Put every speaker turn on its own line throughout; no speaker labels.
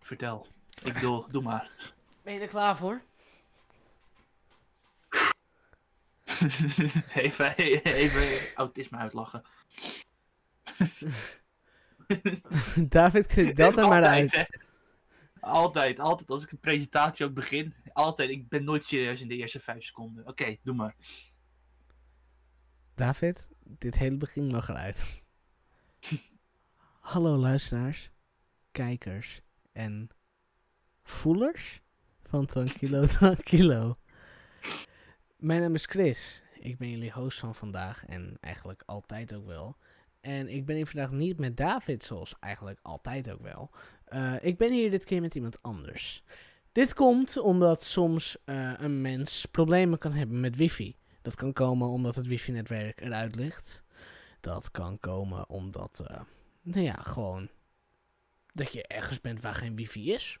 vertel. Ik bedoel, doe maar.
Ben je er klaar voor?
even, even autisme uitlachen.
David, kijk dat er maar
Altijd,
uit.
hè. Altijd, altijd. Als ik een presentatie ook begin, altijd. Ik ben nooit serieus in de eerste vijf seconden. Oké, doe maar.
David, dit hele begin mag eruit. Hallo luisteraars, kijkers en voelers van Tranquilo Tranquilo. Mijn naam is Chris. Ik ben jullie host van vandaag en eigenlijk altijd ook wel. En ik ben hier vandaag niet met David, zoals eigenlijk altijd ook wel. Eh, ik ben hier dit keer met iemand anders. Dit komt omdat soms eh, een mens problemen kan hebben met wifi. Dat kan komen omdat het wifi-netwerk eruit ligt. Dat kan komen omdat, eh, nou ja, gewoon dat je ergens bent waar geen wifi is.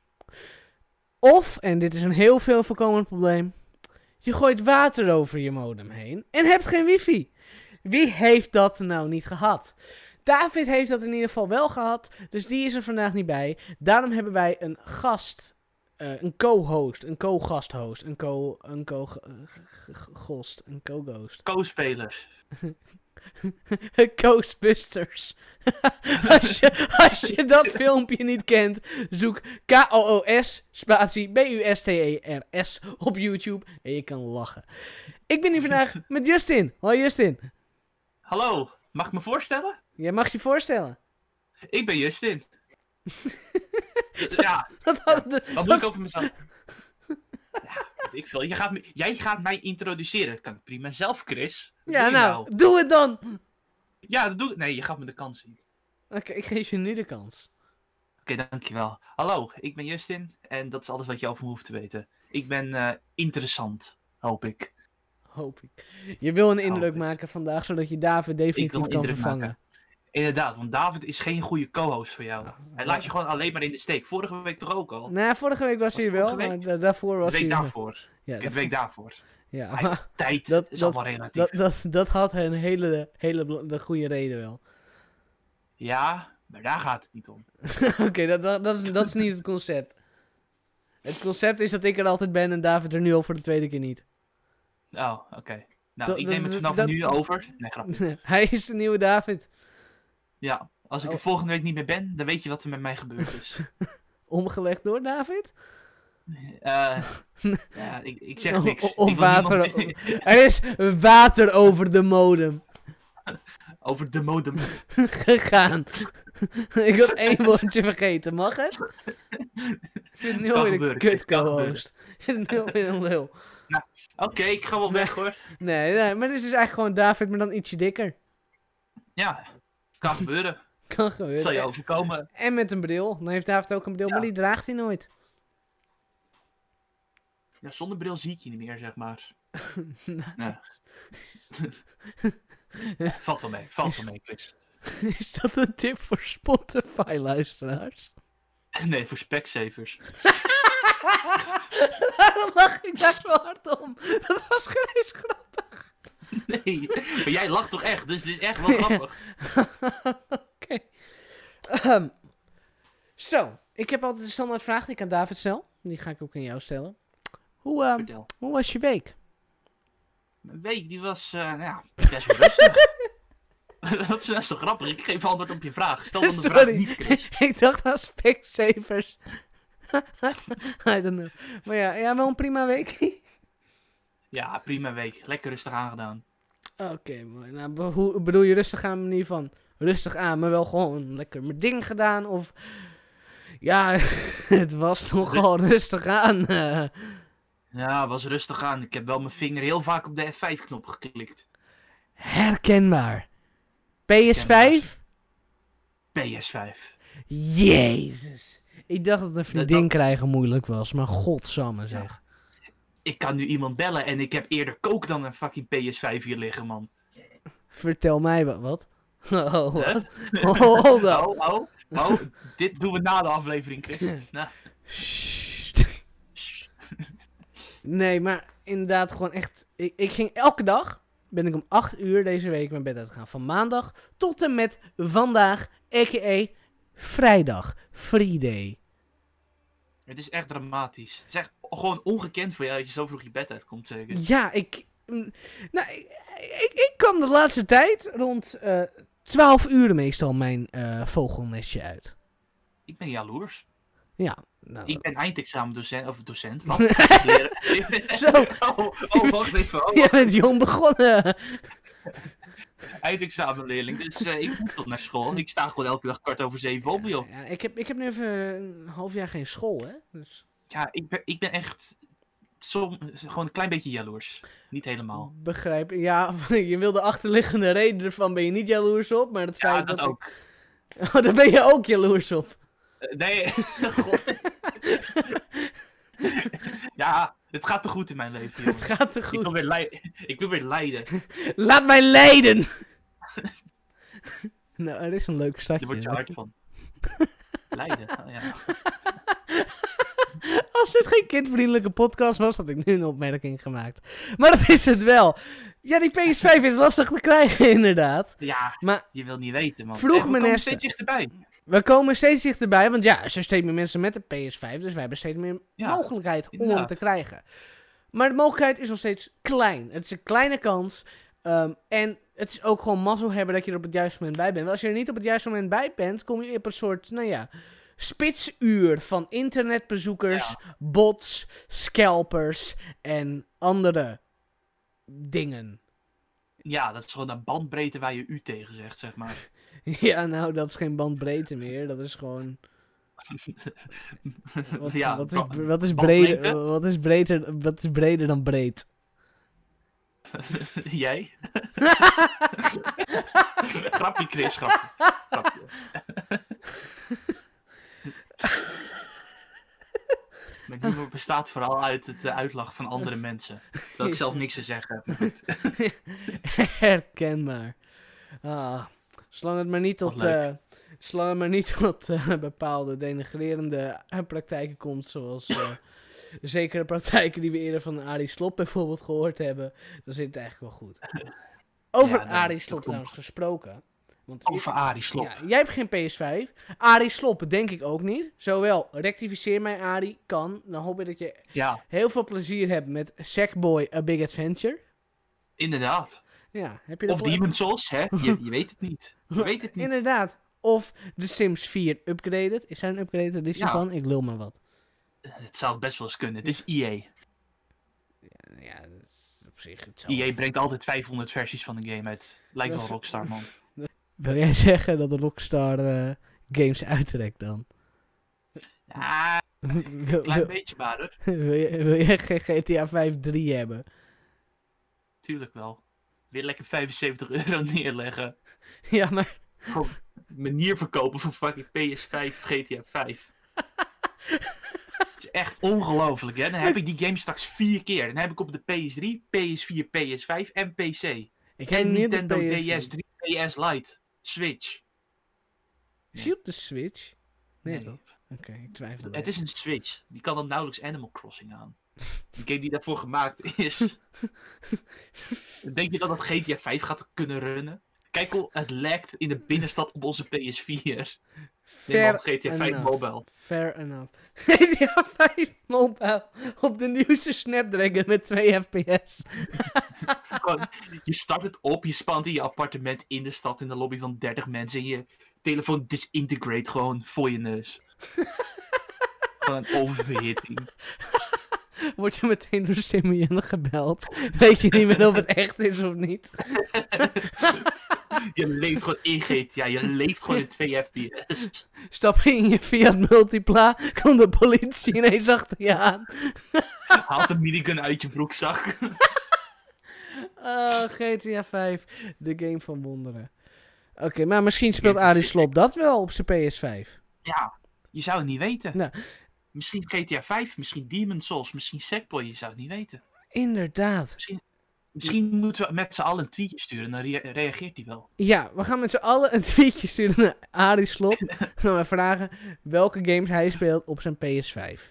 Of, en dit is een heel veel voorkomend probleem, je gooit water over je modem heen en hebt geen wifi. Wie heeft dat nou niet gehad? David heeft dat in ieder geval wel gehad, dus die is er vandaag niet bij. Daarom hebben wij een gast, eh, een co-host, een co-gasthost, een co- een co eh, ghost, een co-ghost.
Co-spelers.
Ghostbusters. als, je, als je dat filmpje niet kent, zoek K-O-O-S spatie B-U-S-T-E-R-S E op YouTube en je kan lachen. Ik ben hier vandaag met Justin. Hoi Justin.
Hallo, mag ik me voorstellen?
Jij mag je voorstellen.
Ik ben Justin. ja,
Dat hadden de-
wat moet ik over mezelf? Ja, weet ik veel. Je gaat me- jij gaat mij introduceren. Kan ik prima zelf, Chris. Wat
ja,
doe je
nou, doe het dan. Oké,
Ja, dat doe ik. Nee, je gaat me de kans zien.
ik geef je nu de kans.
Oké, dankjewel. Hallo, ik ben Justin en dat is alles wat je over me hoeft te weten. Ik ben eh, interessant, hoop ik.
Hoop ik. Je wil een indruk
ik.
maken vandaag, zodat je David definitief
Oh, wil
kan
indruk
vervangen.
maken. Inderdaad, want David is geen goede co-host voor jou.
Ah,
Hij laat je gewoon alleen maar in de steek. Vorige week toch ook al?
Nou, vorige week
Was
was, hij
het
wel,
vorige
maar
week?
da- daarvoor
De
was hij...
week daarvoor.
Ja,
De week daarvoor.
ja,
Hij-
maar-
Tijd
Dat-
is
dat-
allemaal relatief.
Dat, dat, dat had een hele, hele bela- de goede reden wel.
Ja, maar daar gaat het niet om.
Oké, dat, dat, dat, is, dat is niet het concept. Het concept is dat ik er altijd ben en David er nu al voor de tweede keer niet.
Oh, oké. Nou,
Dat-
ik neem
dat-
het vanaf
dat-
nu over. Nee, grapje.
Hij is de nieuwe David.
Ja, als ik
Oh.
er volgende week niet meer ben, dan weet je wat er met mij dus. gebeurd is.
Omgelegd door David.
Eh, ja, ik, ik zeg
Of-
niks.
of
ik wil niemand-
water- Er is water over de modem
over de modem.
gegaan. ik was één woordje vergeten, mag het? Ik vind het nu
Kan
alweer een
gebeuren,
kut
Chris, kan
co-host. Ik vind het nu alweer een lul.
Oké, ik ga wel
Nee.
weg hoor.
Nee, nee, maar dit is dus eigenlijk gewoon David, maar dan ietsje dikker.
Ja, kan gebeuren.
Kan
Het
gebeuren.
zal je overkomen.
En met een bril. Dan heeft David ook een bril,
Ja.
maar die draagt hij nooit.
Ja, zonder bril zie ik je niet meer, zeg maar. Ja. valt wel mee, valt wel mee, Chris.
Is dat een tip voor Spotify-luisteraars?
Nee, voor Specsavers.
Waarom lach ik daar zo hard om? Dat was geen eens grap.
Nee, maar jij lacht toch echt, dus het is echt wel grappig.
Oké. Ehm, Zo, ik heb altijd een standaard vraag die ik aan David stel. Die ga ik ook aan jou stellen. Hoe, ehm,
Vertel.
hoe was je week?
Mijn week, die was, eh, nou ja, best wel rustig. Dat is best wel grappig. Ik geef antwoord op je vraag. Stel dan de vraag
Sorry.
niet, Chris.
ik dacht aan Specsavers. I don't know. Maar ja, ja wel een prima week.
Ja, prima week. Lekker rustig aangedaan.
Oké, mooi. Nou, be- hoe bedoel je rustig aan manier van rustig aan, maar wel gewoon lekker mijn ding gedaan? Of ja, het was nogal rustig aan. eh.
Ja, was rustig aan. Ik heb wel mijn vinger heel vaak op de F5-knop geklikt.
herkenbaar. PS5?
PS5.
Jezus. Ik dacht dat een vriendin
dat-
krijgen moeilijk was, maar godsamme zeg.
Ik kan nu iemand bellen en ik heb eerder kook dan een fucking PS5 hier liggen, man.
Vertel mij wa- wat. Oh,
Huh?
wat? Hold up.
Oh, oh, oh. Dit doen we na de aflevering, Chris. Nou,
Sst.
shh.
Nee, maar inderdaad gewoon echt... Ik, ik ging elke dag, ben ik om 8 uur deze week mijn bed uitgegaan. Van maandag tot en met vandaag, a.k.a. vrijdag. Free day.
Het is echt dramatisch. Het is echt gewoon ongekend voor jou dat je zo vroeg je bed uitkomt, zeker.
Ja, ik. mm, Nou, ik, ik, ik kwam de laatste tijd rond eh 12 uur meestal mijn eh, vogelnestje uit.
Ik ben jaloers.
Ja. Nou,
Ik ben eindexamendocent, of docent, wat? Leren-
Zo.
Oh, oh, wacht even. Oh,
Jij bent jong begonnen.
eindexamenleerling, dus eh, ik moet toch naar school. Ik sta gewoon elke dag kwart over zeven op, joh.
Ja, ik, heb, ik heb nu even een half jaar geen school, hè? Dus
Ja, ik ben, ik ben echt som, gewoon een klein beetje jaloers. Niet helemaal.
begrijp Ja, je wil de achterliggende reden ervan. Ben je niet jaloers op, maar het
Ja,
feit
dat
dat.
ook.
Ik... Oh, daar ben je ook jaloers op.
Eh, Nee. God. ja, het gaat te goed in mijn leven, jongens.
Het gaat te
Ik, wil
goed.
weer lei- ik wil weer lijden.
Laat mij lijden! nou, er is een leuk
Daar word je
stadje.
hard van. Leiden, oh, ja.
Als dit geen kindvriendelijke podcast was, had ik nu een opmerking gemaakt. Maar dat is het wel. Ja, die PS5 is lastig te krijgen, inderdaad.
Ja,
Maar-
je wil niet weten, man.
Vroeg
Eh, we
mijn
komen
nesten.
steeds dichterbij.
We komen steeds dichterbij, want ja, er zijn steeds meer mensen met een PS5, dus wij hebben steeds meer
Ja,
mogelijkheid om hem
inderdaad.
te krijgen. Maar de mogelijkheid is nog steeds klein. Het is een kleine kans. ehm, en het is ook gewoon mazzel hebben dat je er op het juiste moment bij bent. Want als je er niet op het juiste moment bij bent, kom je op een soort, nou ja, spitsuur van internetbezoekers, bots, scalpers en andere dingen.
Ja, dat is gewoon een bandbreedte waar je u tegen zegt, zeg maar.
Ja, nou, dat is geen bandbreedte meer. Dat is gewoon. Wat,
Ja,
wat,
ba-
is, wat, is
bandbreedte?
breder, wat, is breder, wat is breder dan breed?
Jij? grapje, Chris, grapje. grapje. Mijn humor bestaat vooral uit het eh, uitlachen van andere mensen. Terwijl ik zelf niks te zeggen heb. maar goed.
Herkenbaar. Ah, zolang het maar niet
Wat
tot,
leuk.
eh, zolang het maar niet tot eh, bepaalde denigrerende eh, praktijken komt, zoals eh, zekere praktijken die we eerder van Arie Slop bijvoorbeeld gehoord hebben, dan zit het eigenlijk wel goed. Over
Ja, nee,
Arie
dat
Slop
komt.
trouwens gesproken. Want
Over Arie Slob.
Ja, jij hebt geen PS5. Arie Slop denk ik ook niet. Zowel, rectificeer mij Arie, kan. Dan hoop ik dat je
Ja,
heel veel plezier hebt met Sackboy A Big Adventure.
inderdaad.
Ja, heb je dat
Of
voor-
Demon Souls, hè? Je, je weet het niet. Je weet het niet.
Inderdaad. Of The Sims 4 Upgraded. Is daar een Upgraded edition
Ja.
van? Ik lul maar wat.
Het zou best wel eens kunnen. Het is E EA.
Ja, dat is op zich hetzelfde.
EA E brengt altijd 500 versies van een game uit. Lijkt wel
Dat is-
Rockstar, man.
Wil jij zeggen dat Rockstar eh, games uitrekt dan?
Ja,
wil,
klein
wil,
beetje maar, hoor.
wil, jij- wil jij geen GTA 5 3 hebben?
Tuurlijk wel. Weer lekker 75 euro neerleggen.
Ja, maar
Manier verkopen voor fucking PS5, GTA 5. Het is echt ongelooflijk, hè? Dan heb ik die game straks vier keer. Dan heb ik op de PS3, PS4, PS5 en PC.
ik heb
En
niet de
Nintendo
PS.
DS3, PS Lite, Switch.
Is die op de Switch? Nee,
Nee.
toch? Oké, ik twijfel.
Het is een Switch. Die kan dan nauwelijks Animal Crossing aan. Een game die daarvoor gemaakt is. Denk je dat dat GTA 5 gaat kunnen runnen? Kijk hoe het lekt in de binnenstad op onze PS4. Nee, man, GTA 5
enough.
Mobile.
Fair enough. GTA 5 Mobile op de nieuwste Snapdragon met 2 FPS.
Gewoon, je start het op, je spant in je appartement in de stad in de lobby van 30 mensen. En je telefoon disintegrate gewoon voor je neus. Gewoon een oververhitting.
Word je meteen door Simeon gebeld? Weet je niet meer of het echt is of niet?
Je leeft gewoon in GTA, je leeft gewoon in 2 FPS.
Stap je in je Fiat Multipla, komt de politie ineens achter je aan.
Haalt een minigun uit je broekzak.
Oh, GTA 5, de game van wonderen. Oké, maar misschien speelt Arie Slop dat wel op zijn PS5.
Ja, je zou het niet weten.
Nou.
Misschien GTA 5, misschien Demon Souls, misschien Sackboy, je zou het niet weten.
Inderdaad.
Misschien moeten we met z'n allen een tweetje sturen, dan rea- reageert hij wel.
Ja, we gaan met z'n allen een tweetje sturen naar Arie Slop. Gaan we vragen welke games hij speelt op zijn PS5.
Ik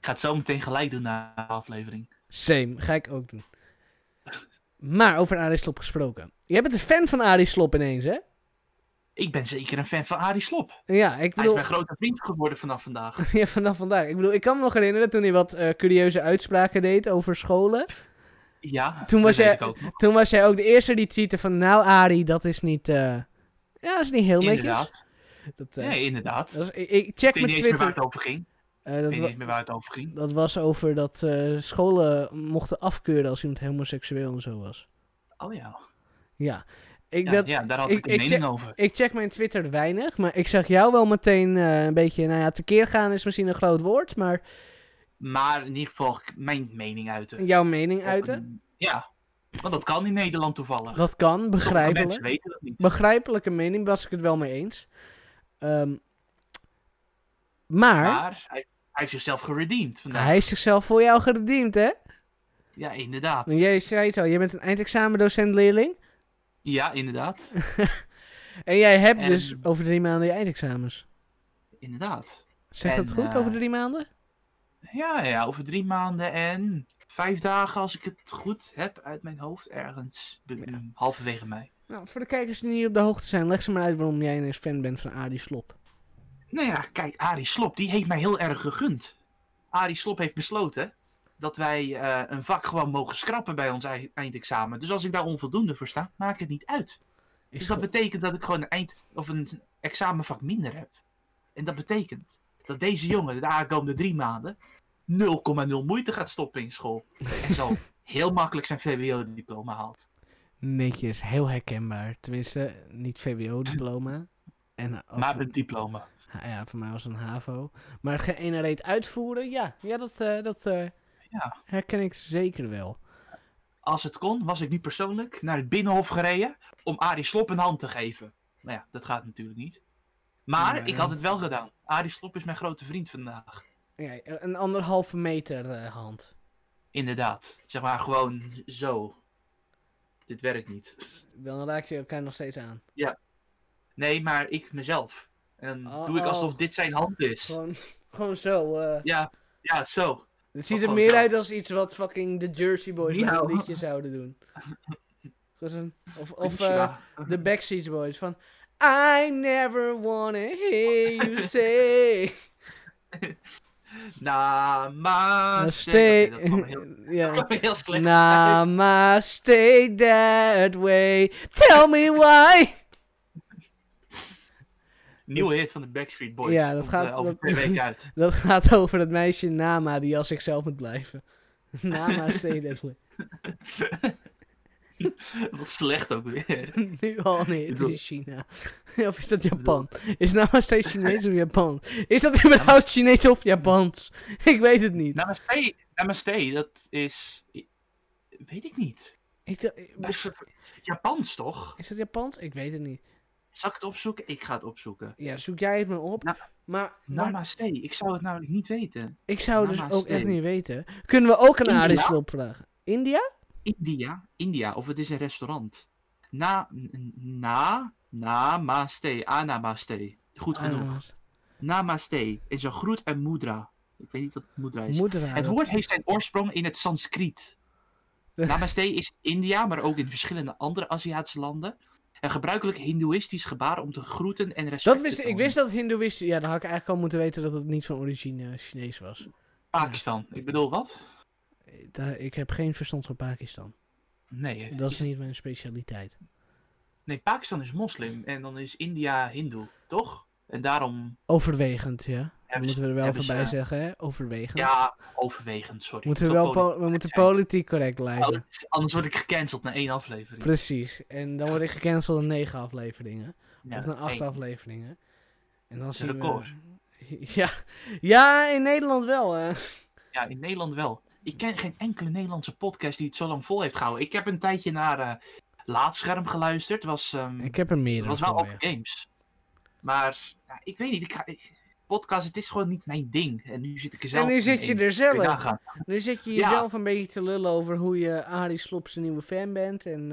ga het zo meteen gelijk doen na de aflevering.
Same, ga ik ook doen. Maar over Arie Slop gesproken. Jij bent een fan van Arie Slop ineens, hè?
Ik ben zeker een fan van Arie Slop.
Ja, ik
Hij is
bedoel,
mijn grote vriend geworden vanaf vandaag.
ja, vanaf vandaag. Ik bedoel, ik kan me nog herinneren toen hij wat eh, curieuze uitspraken deed over scholen.
Ja,
Toen was
dat
jij-
weet ik ook nog.
Toen was hij ook de eerste die tweette van, nou Arie, dat is niet, eh, ja, dat is niet heel netjes.
Inderdaad.
Dat, eh,
Nee, inderdaad.
dat was- ik, ik check
Ik weet
mijn
niet eens meer waar
Twitter.
het over ging.
Eh, dat
Ik weet
wa-
niet eens meer waar het over ging.
Dat was over dat eh, scholen mochten afkeuren als iemand homoseksueel en zo was.
Oh ja.
Ja. Ik,
Ja,
dat,
ja, daar had
ik-
ik, een
ik
mening over.
ik check mijn Twitter weinig, maar ik zag jou wel meteen eh, een beetje, nou ja, tekeer gaan is misschien een groot woord, maar
Maar in ieder geval ik- mijn mening uiten.
jouw mening
Op
uiten.
een- Ja, want dat kan in Nederland toevallig.
Dat kan,
Sommige mensen
begrijpelijk.
weten dat niet.
Begrijpelijke mening, was ik het wel mee eens. Ehm, maar,
Maar hij, hij heeft zichzelf geredeemd vandaag.
hij is zichzelf voor jou gediend, hè?
Ja, inderdaad.
Want jij zei het al, jij bent een eindexamendocent-leerling.
Ja, inderdaad.
En jij hebt
En-
dus over drie maanden je eindexamens.
Inderdaad.
Zeg
En,
dat goed,
eh,
over drie maanden?
Ja, ja, over drie maanden en vijf dagen, als ik het goed heb uit mijn hoofd, ergens be- halverwege mei.
Nou, voor de kijkers die niet op de hoogte zijn, leg ze maar uit waarom jij ineens fan bent van Adi Slop.
Nou ja, kijk, Arie Slop, die heeft mij heel erg gegund. Arie Slop heeft besloten dat wij eh, een vak gewoon mogen schrappen bij ons ei- eindexamen. Dus als ik daar onvoldoende voor sta, maakt het niet uit. Dus
Is
dat
goed.
betekent dat ik gewoon een, eind- of een examenvak minder heb. En dat betekent dat deze jongen de aankomende drie maanden 0,0 moeite gaat stoppen in school. En zo heel makkelijk zijn VWO-diploma haalt.
Netjes, heel herkenbaar. Tenminste, niet VWO-diploma. En ook-
Maar een diploma.
Ah ja, voor mij was het een HAVO. Maar geen ene reet uitvoeren, ja, ja dat, eh, dat eh,
Ja.
herken ik zeker wel.
Als het kon, was ik nu persoonlijk naar het Binnenhof gereden om Arie Slop een hand te geven. Nou ja, dat gaat natuurlijk niet. Maar
Nee.
ik had het wel gedaan. Arie Slop is mijn grote vriend vandaag.
Ja, een anderhalve meter eh, hand.
Inderdaad. Zeg maar gewoon zo. Dit werkt niet.
Dan raak je elkaar nog steeds aan.
Nee, maar ik mezelf. En
Oh,
doe ik
oh.
alsof dit zijn hand is.
Gewoon, gewoon zo. eh.
Ja, ja, zo.
het ziet er
gewoon
meer
zo.
uit als iets wat fucking de Jersey Boys bij
Miauw.
een liedje zouden doen. Gewoon zo'n- Of, of eh,
Ja.
De Backstreet Boys van I never wanna hear you say
Namaste.
stay
Oké, dat kwam heel, dat
ja.
kwam heel slecht. uit.
Namaste that way Tell me why
Nieuwe hit van de Backstreet Boys.
Ja, dat
Komt,
gaat-
eh, over
dat-
twee weken uit.
Dat gaat over dat meisje Nama die als zichzelf moet blijven Namaste that way
Wat slecht ook weer.
Nu al nee, het
bedoel-
is China Of is dat Japan? Is Namaste Chinees of Japan? Is dat überhaupt Chinees of Japans? Ik weet het niet
Namaste, namaste, dat is. Weet ik niet.
ik, dacht- eh,
Dat is Japans toch?
Is dat Japans? Ik weet het niet
Zal ik het opzoeken? Ik ga het opzoeken.
Ja, zoek jij het maar op.
Nou,
maar waar-
Namaste, ik zou het namelijk niet weten.
ik zou dus
namaste.
ook echt niet weten. Kunnen we ook een
India?
aardislop vragen? India?
India, India, of het is een restaurant. Na, n- na, namaste, anamaste. Goed
Ah.
genoeg.
Ananas.
Namaste is een groet en mudra. Ik weet niet wat mudra is.
Moeder haar
Ah, het
dat-
woord heeft zijn oorsprong in het Sanskriet. Namaste is in India, maar ook in verschillende andere Aziatische landen. Een gebruikelijk hindoeïstisch gebaar om te groeten en respect
Dat wist
te
ik. Ik
tonen.
wist dat Hindoeïst. Ja, dan had ik eigenlijk al moeten weten dat het niet van origine eh, Chinees was.
Pakistan. Ik bedoel, wat?
Eh, daar- ik heb geen verstand van Pakistan.
Nee, eh,
Dat is niet mijn specialiteit.
nee, Pakistan is moslim en dan is India hindoe, toch? En daarom,
Overwegend, ja. Dat
Hebben ze-
moeten we er wel
hebben ze,
voorbij
eh,
zeggen, hè? Overwegend.
ja, overwegend, sorry.
moeten we
Tot
wel
poli-
po- we moeten
zijn.
politiek correct blijven.
Oh, Anders word ik gecanceld na één aflevering.
Precies. En dan word ik gecanceld in negen afleveringen.
Ja,
of na acht
één.
afleveringen. En dan
is een
zien we-
record.
Ja. ja, in Nederland wel. eh.
Mm. Ja, in Nederland wel. Ik ken geen enkele Nederlandse podcast die het zo lang vol heeft gehouden. Ik heb een tijdje naar eh, Laatscherm geluisterd. Was, ehm,
Ik heb er
het
meerdere
was wel
voor
op
je.
games. Maar ja, ik weet niet. Ik ga, ik- podcast, het is gewoon niet mijn ding. En nu zit ik er zelf
En nu
in.
zit je
Ik
er
kan
zelf.
gaan.
Nu zit je
Ja.
jezelf een beetje te lullen over hoe je Arie Slop zijn nieuwe fan bent. En,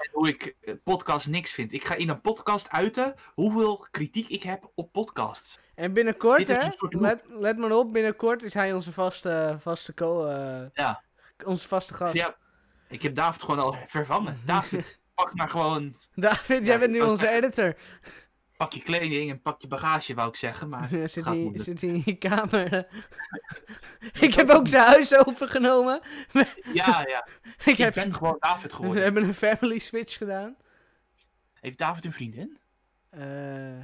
eh,
Hoe ik eh, podcast niks vind. Ik ga in een podcast uiten hoeveel kritiek ik heb op podcasts.
en binnenkort,
Dit is
hè,
een soort loop.
let, let maar op, binnenkort is hij onze vaste, vaste co... eh,
Ja.
Onze vaste gast.
Ja, ik heb David gewoon al vervangen. David, pak maar gewoon.
David,
Ja,
jij bent
ik
nu
wou
onze editor.
Pak je kleding en pak je bagage, wou ik zeggen. Maar
Ja,
het
zit,
gaat
hij,
moeilijk.
zit hij in je kamer? eh? ik heb ook zijn huis overgenomen.
Ja, ja.
ik
Ik
heb,
ben gewoon David
we
geworden.
hebben een family switch gedaan.
Heeft David een vriendin?
Eh,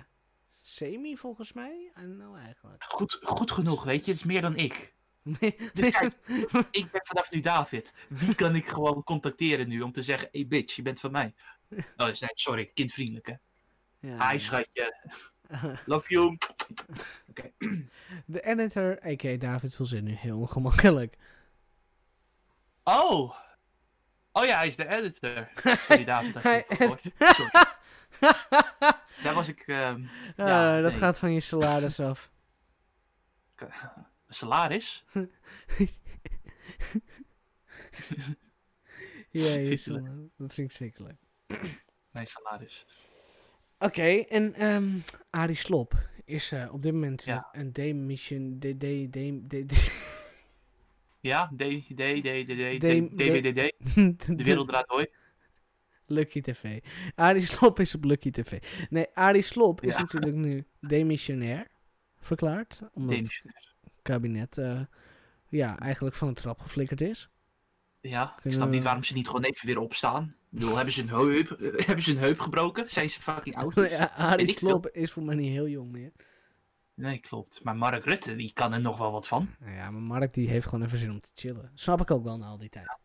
semi volgens mij? I don't know eigenlijk.
Goed, goed genoeg, weet je. Het is meer dan ik. Dus kijk, ik ben vanaf nu David. Wie kan ik gewoon contacteren nu om te zeggen... Hey bitch, je bent van mij. Oh, nee, sorry. Kindvriendelijk, hè.
Ja.
Hi, schatje. Love you.
De editor, a.k.a. David, voelt zich nu heel ongemakkelijk.
Oh. Oh ja, hij is de editor. Sorry, David, als je
Hij
het al hoort. Sorry. Daar was ik... ehm, Ja,
Eh, dat
nee.
gaat van je salaris af.
salaris?
Ja, je
Vies,
salaris. dat vind ik zeker leuk.
Nee, salaris.
Oké, en ehm Arie Slop is eh, op dit moment
Ja.
een demission... De, de, de, de, de,
Ja, D, D, D, D, D,
Dame-
D, DWDD. De wereld draait door.
Lucky TV. Arie Slop is op Lucky TV. Nee, Arie Slop is
Ja.
natuurlijk nu demissionair verklaard. Omdat het
Demissionair.
kabinet eh, ja, eigenlijk van de trap geflikkerd is.
Ja, ik
Kunnen
snap niet
we-
waarom ze niet gewoon even weer opstaan. Ik bedoel, hebben ze een heup, hebben ze een heup gebroken? Zijn ze fucking oud?
Ja, Arie
weet ik veel.
Slop is voor mij niet heel jong meer.
Nee, klopt. Maar Mark Rutte, die kan er nog wel wat van.
Nou ja, maar Mark die heeft gewoon even zin om te chillen. Snap ik ook wel na al die tijd.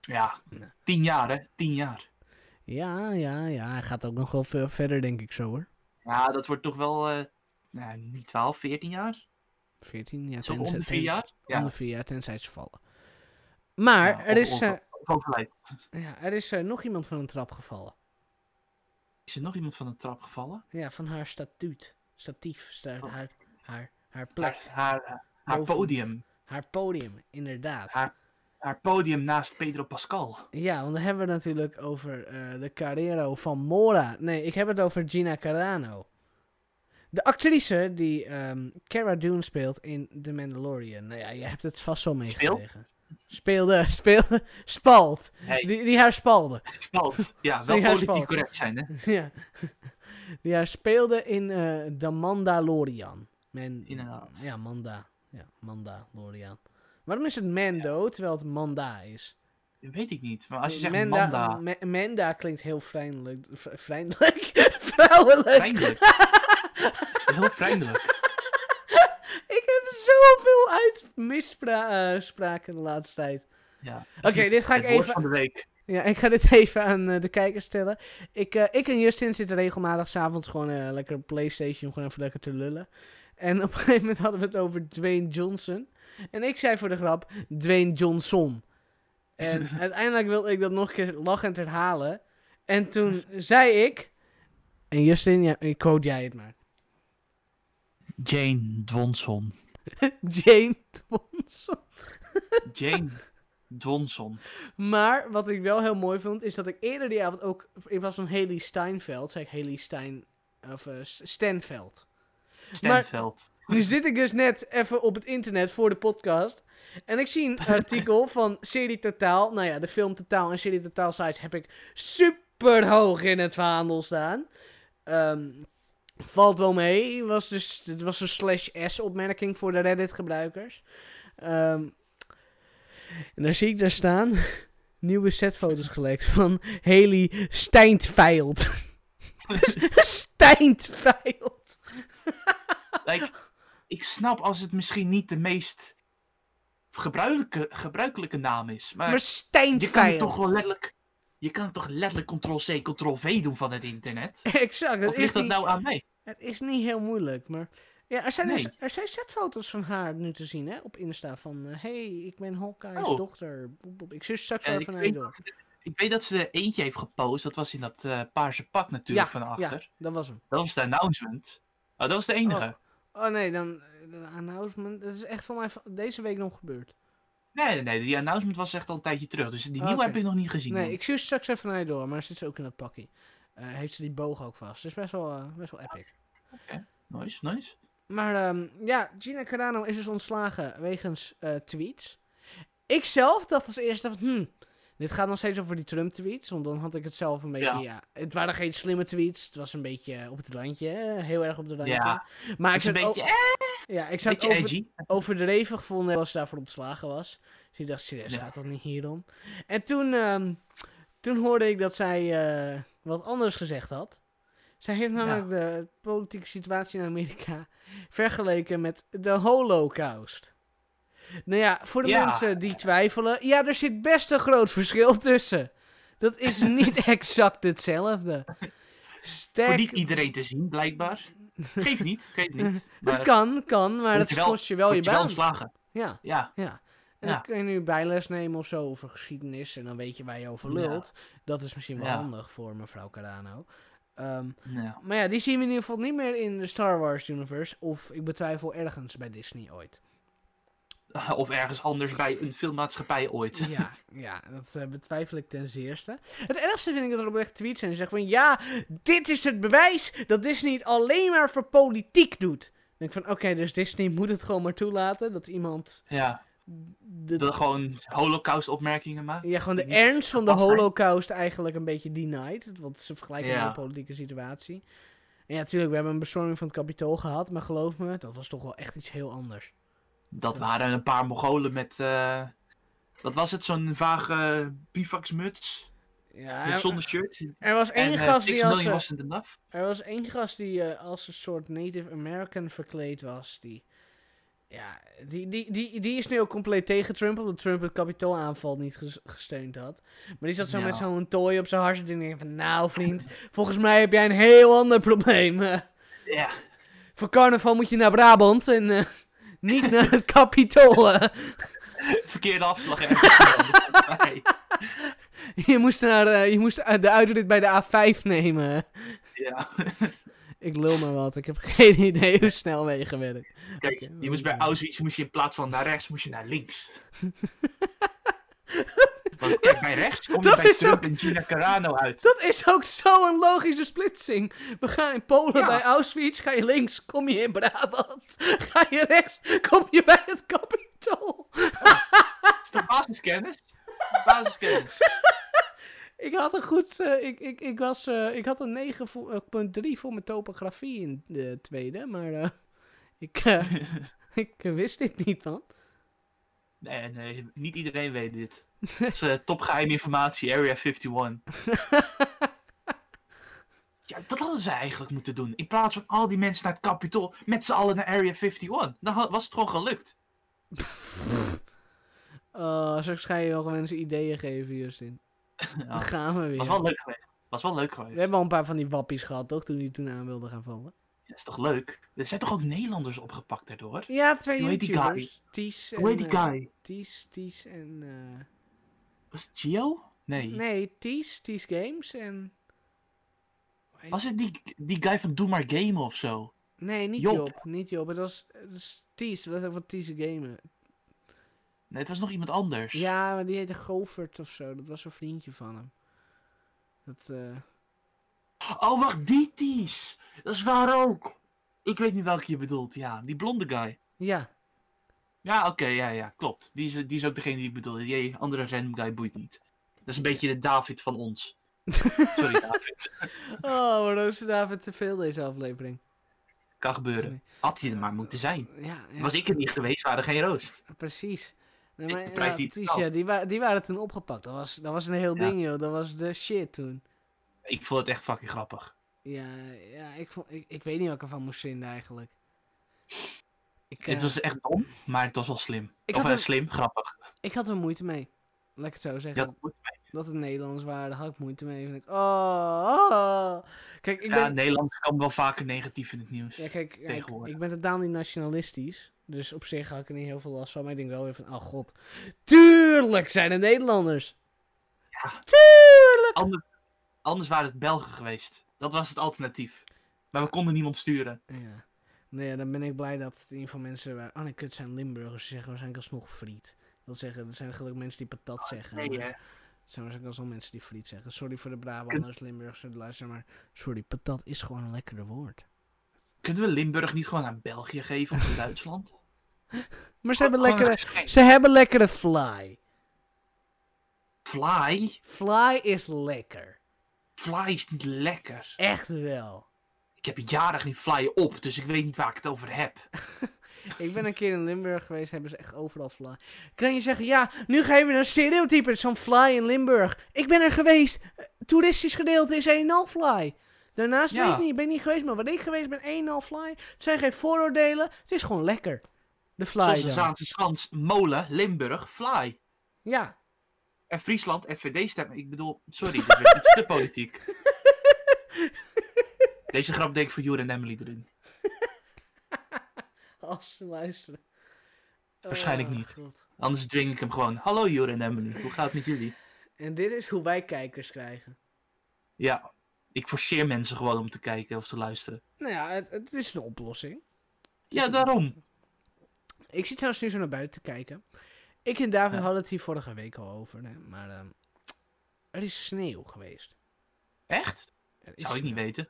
Ja,
Nee.
tien jaar hè, tien jaar.
Ja, ja, ja. Hij gaat ook nog wel veel verder, denk ik zo hoor.
Ja, dat wordt toch wel, eh, nou, niet 12, 14 jaar?
14, ja.
Zo
tenzij-
om de
ten-
vier jaar?
Om
Ja,
de vier jaar, tenzij ze vallen. Maar
Ja,
er,
of-
is,
of-
eh,
of overlijdt.
ja, er is eh, nog iemand van een trap gevallen.
Is er nog iemand van de trap gevallen?
Ja, van haar statuut. Statief. sta-
Van-
haar, haar, haar plek.
Haar, haar, haar
Boven.
podium.
Haar podium, inderdaad.
Haar- Haar podium naast Pedro Pascal.
Ja, want dan hebben we het natuurlijk over eh, de carrière van Mora. Nee, ik heb het over Gina Carano. De actrice die ehm Cara Dune speelt in The Mandalorian. Nou ja, je hebt het vast zo meegekregen. Speelde, speelde, spalt.
Hey.
Die, die haar spalde.
Het valt. Ja, wel
Ja, het
politiek
valt.
correct zijn, hè?
ja. Die haar speelde in eh The Mandalorian. Man,
Inderdaad.
Ja, Manda. Ja, Mandalorian. Waarom is het Mando, terwijl het Manda is?
Dat weet ik niet. Maar als je zegt
Manda,
Manda,
Ma- Manda klinkt heel vriendelijk. v- Vriendelijk? Vrouwelijk.
vriendelijk. Heel vriendelijk.
Ik heb zoveel uit misspraken de laatste tijd.
Ja.
Oké, dit ga ik
Het woord
even...
van de week.
Ja, ik ga dit even aan eh, de kijkers stellen. Ik, eh, ik en Justin zitten regelmatig s'avonds gewoon eh, lekker op Playstation gewoon even lekker te lullen. En op een gegeven moment hadden we het over Dwayne Johnson. En ik zei voor de grap Dwayne Johnson. En uiteindelijk wilde ik dat nog een keer lachend herhalen. En toen zei ik... En Justin, ja, ik quote jij het maar.
Jane Dwonson.
Jane Johnson.
Jane Dwonson.
Maar wat ik wel heel mooi vond, is dat ik eerder die avond ook... Ik was van Haley Steinfeld, zei ik Haley Stein... Of eh, S- Stenveld.
Stenveld.
Nu zit ik dus net even op het internet voor de podcast. En ik zie een artikel van Serie Totaal. Nou ja, de film Totaal en Serie Totaal sites heb ik super hoog in het vaandel staan. Ehm, valt wel mee. Was dus, het was een slash S opmerking voor de Reddit gebruikers. Ehm, en daar zie ik daar staan. Nieuwe setfoto's gelekt van Haley Steinfeld. Steinfeld.
Like, ik snap als het misschien niet de meest gebruikelijke, gebruikelijke naam is. Maar,
Maar
je kan het
Steinfeld.
toch wel letterlijk... Je kan het toch letterlijk ctrl-c, ctrl-v doen van het internet?
Exact. Dat
Of
is
ligt dat
niet,
nou aan mij?
Het is niet heel moeilijk, maar... Ja, er zijn, dus-
Nee.
er zijn setfoto's van haar nu te zien, hè? Op Insta van... eh, hey, ik ben Hawkeye's
Oh.
dochter. Boep, boep. Ik zus straks
Eh, ik,
wel even naar je
weet,
door.
ik weet dat ze er eentje heeft gepost. Dat was in dat eh, paarse pak natuurlijk
Ja,
van
Ja,
achter.
dat was hem.
Dat was de announcement. Oh, dat was de enige.
Oh nee, dan... eh, De announcement... Dat is echt voor mij van- deze week nog gebeurd.
Nee, nee, nee. Die announcement was echt al een tijdje terug. Dus die
Ah,
nieuwe
oké.
heb ik nog niet gezien.
Nee,
man.
ik zus straks even naar je door. Maar zit ze ook in dat pakkie. Eh, heeft ze die boog ook vast. Dus best wel, eh, best wel epic.
Nice, nice.
Maar ehm, ja, Gina Carano is dus ontslagen wegens eh, tweets. Ik zelf dacht als eerste van, hmm, Dit gaat nog steeds over die Trump-tweets, want dan had ik het zelf een beetje... Ja.
Ja.
het waren geen slimme tweets, het was een beetje eh, op het randje, eh, heel erg op het randje.
Ja,
maar
het
ik
is een
zou het
beetje,
o-
eh,
ja, ik zou
beetje
het over,
edgy.
overdreven gevonden als ze daarvoor ontslagen was. Dus ik dacht, serieus,
Ja.
gaat dat niet hierom? En toen, ehm, toen hoorde ik dat zij eh, wat anders gezegd had. Zij heeft namelijk de politieke situatie in Amerika vergeleken met de holocaust. Nou ja, voor de
Ja.
mensen die twijfelen, ja, er zit best een groot verschil tussen. Dat is niet exact hetzelfde.
Voor
Sterk,
niet iedereen te zien, blijkbaar. Geeft niet, geeft niet. Maar
dat kan, kan, maar
Word
dat
je wel-
kost je wel je
word je wel
baan.
ontslagen.
Ja.
Ja,
Ja. En
Ja.
dan kun je nu bijles nemen of zo over geschiedenis. En dan weet je waar je over
Ja.
lult. Dat is misschien wel
Ja.
handig voor mevrouw Carano. Ehm,
ja.
maar ja, die zien we in ieder geval niet meer in de Star Wars universe. Of ik betwijfel ergens bij Disney ooit.
Of ergens anders bij een filmmaatschappij ooit.
Ja, ja dat eh, betwijfel ik ten zeerste. Het ergste vind ik dat er oprecht tweets zijn. Die zeggen van, ja, dit is het bewijs dat Disney het alleen maar voor politiek doet. Dan denk ik van, oké, dus Disney moet het gewoon maar toelaten dat iemand...
Ja,
De,
dat gewoon holocaust-opmerkingen maken.
Ja, gewoon de
niet
ernst van de
gepast zijn.
holocaust eigenlijk een beetje denied. Want ze vergelijken het
Ja.
met de politieke situatie. En ja, natuurlijk, we hebben een bestorming van het kapitool gehad. Maar geloof me, dat was toch wel echt iets heel anders.
Dat waren een paar Mongolen met. eh, wat was het? Zo'n vage bivaksmuts.
Ja,
Met
er,
zonder shirt.
er was één
En eh,
gast
6
die als,
million
eh,
wasn't enough.
er was één gast die eh, als een soort Native American verkleed was. Die, ja, die, die, die, die is nu ook compleet tegen Trump. Omdat Trump het kapitoolaanval niet ges- gesteund had. Maar die zat zo
Ja.
met zo'n tooi op zijn hars. En ik denk van, nou vriend, volgens mij heb jij een heel ander probleem.
Ja,
Voor carnaval moet je naar Brabant en eh, niet naar het kapitool. eh.
verkeerde afslag. ergens.
je moest, naar, eh, je moest eh, de uitrit bij de A5 nemen.
ja.
Ik lul maar wat, ik heb geen idee hoe snel meegewerkt.
Kijk,
Oké, eh.
je moest bij Auschwitz moest je in plaats van naar rechts, moest je naar links. Want kijk, bij rechts kom je
Dat
bij
is
Trump en Gina Carano uit.
Dat is ook zo'n logische splitsing. We gaan in Polen
Ja.
bij Auschwitz, ga je links, kom je in Brabant. Ga je rechts, kom je bij het kapitool.
Dat is toch basiskennis? Basiskennis.
Ik had een goed. eh, ik, ik, ik, was, eh, ik had een 9.3 voor, eh, 0.3 voor mijn topografie in de tweede, maar eh, ik, eh, ik eh, wist dit niet, man.
Nee, nee, eh, niet iedereen weet dit. Dat is eh, topgeheime informatie, Area 51. ja, dat hadden ze eigenlijk moeten doen. In plaats van al die mensen naar het kapitool, met z'n allen naar Area 51. Dan had- was het gewoon gelukt.
Oh, straks ga je wel gewoon mensen ideeën geven, Justin. Dan
Ja,
gaan we
was wel
weer.
leuk geweest. Was wel leuk geweest.
We hebben al een paar van die wappies gehad, toch? Toen die toen aan wilden gaan vallen.
Dat is toch leuk? Er zijn toch ook Nederlanders opgepakt daardoor?
Ja, twee
Hoe heet die
YouTubers. Ties en...
Hoe heet die
eh,
guy?
Ties, Ties en... eh,
Was het Gio? Nee.
Nee, Ties, Ties Games en... Hoe heet-
Was het die, die guy van Doe Maar Gamen of zo?
Nee, niet Job.
Job.
Niet Job. Het was, het was Ties. Dat was van Ties Gamen.
Nee, het was nog iemand anders.
Ja, maar die heette Govert of zo. Dat was een vriendje van hem. Dat, eh,
Oh, wacht, die Ties. Dat is waar ook. Ik weet niet welke je bedoelt, ja. Die blonde guy.
Ja,
Ja, oké, ja, ja, klopt. Die is, die is ook degene die ik bedoelde. Die andere random guy boeit niet. Dat is een beetje de David van ons. Sorry, David.
Oh, maar Roos en David te veel deze aflevering.
Kan gebeuren. Had hij er maar moeten zijn.
Ja, ja
Was ik er niet geweest, waren er geen roost.
precies. Nee,
Is
maar
de prijs
ja,
die het
Ties,
betaalt.
ja, die, wa- die waren toen opgepakt. Dat was, dat was een heel
Ja.
ding, joh. Dat was de shit toen.
Ik vond het echt fucking grappig.
Ja, ja ik, vond, ik, ik weet niet wat ik ervan moest vinden eigenlijk. Ik,
Het
eh,
was echt dom, maar het was wel slim.
Ik
of
had
eh,
een-
slim, grappig.
ik had er moeite mee. Laat ik het zo
Je
zeggen.
had het goed.
Dat het Nederlands waren, daar had ik moeite mee. Vind ik, oh, oh. Kijk, ik
Ja,
ben,
Nederland kwam wel vaker negatief in het nieuws.
Ja, kijk, ja, ik,
tegenwoordig.
ik ben totaal niet nationalistisch. Dus op zich had ik er niet heel veel last van. Maar ik denk wel weer van, oh god. Tuurlijk zijn het Nederlanders.
Ja.
Tuurlijk.
Ander- anders waren het Belgen geweest. Dat was het alternatief. Maar we konden niemand sturen.
Ja. Nou ja, dan ben ik blij dat het in ieder geval mensen waren. Oh nee, kut zijn Limburgers. Ze zeggen waarschijnlijk alsnog friet. Dat wil zeggen, er zijn gelukkig mensen die patat zeggen.
Oh, Nee,
maar
hè.
Er zijn waarschijnlijk alsnog mensen die friet zeggen. Sorry voor de Brabanders, Limburgers, luister maar. Sorry, patat is gewoon een lekkerder woord.
Kunnen we Limburg niet gewoon aan België geven of aan Duitsland?
Maar ze
Gewoon een
hebben lekkere,
geschenk.
ze hebben lekkere fly.
Fly?
Fly is lekker.
Fly is niet lekker.
Echt wel.
Ik heb jaren geen fly op, dus ik weet niet waar ik het over heb.
Ik ben een keer in Limburg geweest, hebben ze echt overal fly. Kan je zeggen, ja, nu geven we een stereotype, zo'n fly in Limburg. Ik ben er geweest, eh, toeristisch gedeelte is 1-0 fly. Daarnaast
Ja.
weet ik niet, ik ben niet geweest, maar wat ik geweest ben, 1-0 fly. Het zijn geen vooroordelen, het is gewoon lekker. De fly
Zoals de
dan.
Zaanse Schans, Molen, Limburg, Fly.
Ja.
En Friesland, FVD stemmen. Ik bedoel, sorry, dit werd iets te politiek. Deze grap denk ik voor Jure en Emily erin.
Als ze luisteren.
Waarschijnlijk
Oh,
niet.
God.
Anders dwing ik hem gewoon. Hallo Jure en Emily, hoe gaat het met jullie?
En dit is hoe wij kijkers krijgen.
Ja, ik forceer mensen gewoon om te kijken of te luisteren.
Nou ja, het, het is een oplossing.
Ja, daarom.
Ik zit trouwens nu zo naar buiten te kijken. Ik en David
Ja.
hadden het hier vorige week al over, hè, maar ehm, er is sneeuw geweest.
Echt?
Er is eh,
Zou ik niet
sneeuw.
weten.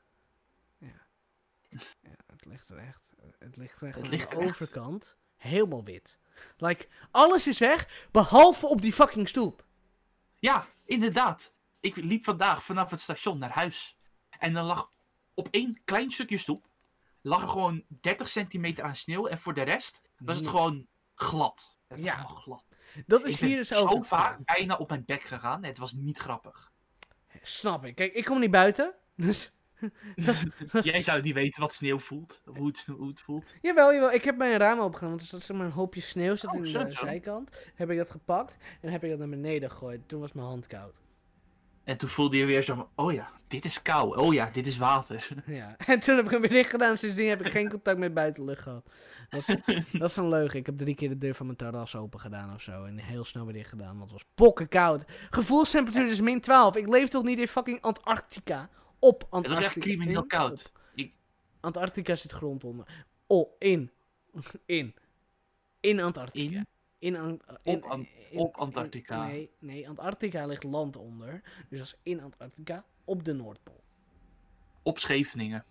Ja, het ligt er echt. Het ligt er echt
Het
aan
ligt
de
er echt.
overkant. Helemaal wit. Like, alles is weg, behalve op die fucking stoep.
Ja, inderdaad. Ik liep vandaag vanaf het station naar huis. En dan lag op één klein stukje stoep... lag er gewoon 30 centimeter aan sneeuw. En voor de rest was het
Nee.
gewoon glad. Het was
Mm. Ja.
gewoon glad.
Dat is
ik ben
hier dus ook.
zo
het geval.
vaak bijna op mijn bek gegaan. Het was niet grappig.
Snap ik. Kijk, ik kom niet buiten. Dus,
Jij zou niet weten wat sneeuw voelt. Hoe het, sne- hoe het voelt.
jawel, jawel. Ik heb mijn raam opgedaan, want er zat zeg maar een hoopje sneeuw zat
Oh,
in de
zo, zo.
zijkant. Heb ik dat gepakt en heb ik dat naar beneden gegooid. Toen was mijn hand koud.
En toen voelde je weer zo van... Oh ja, dit is kou. Oh ja, dit is water.
Ja, en toen heb ik hem weer dicht gedaan. Sindsdien heb ik geen contact met buitenlucht gehad. Dat is, dat is een leugen. Ik heb drie keer de deur van mijn terras open gedaan of zo. En heel snel weer dicht gedaan, want het was pokken koud. Gevoelstemperatuur is min 12. Ik leef toch niet in fucking Antarctica? Op
Het was
Antarctica.
echt crimineel
In? Op.
koud. Ik,
Antarctica zit grond onder. Oh, in. In. In Antarctica.
in?
In, An- in-
Op An-
in-
op
in-
Antarctica.
nee, nee, Antarctica ligt land onder. Dus dat is in Antarctica, op de Noordpool.
Op Scheveningen.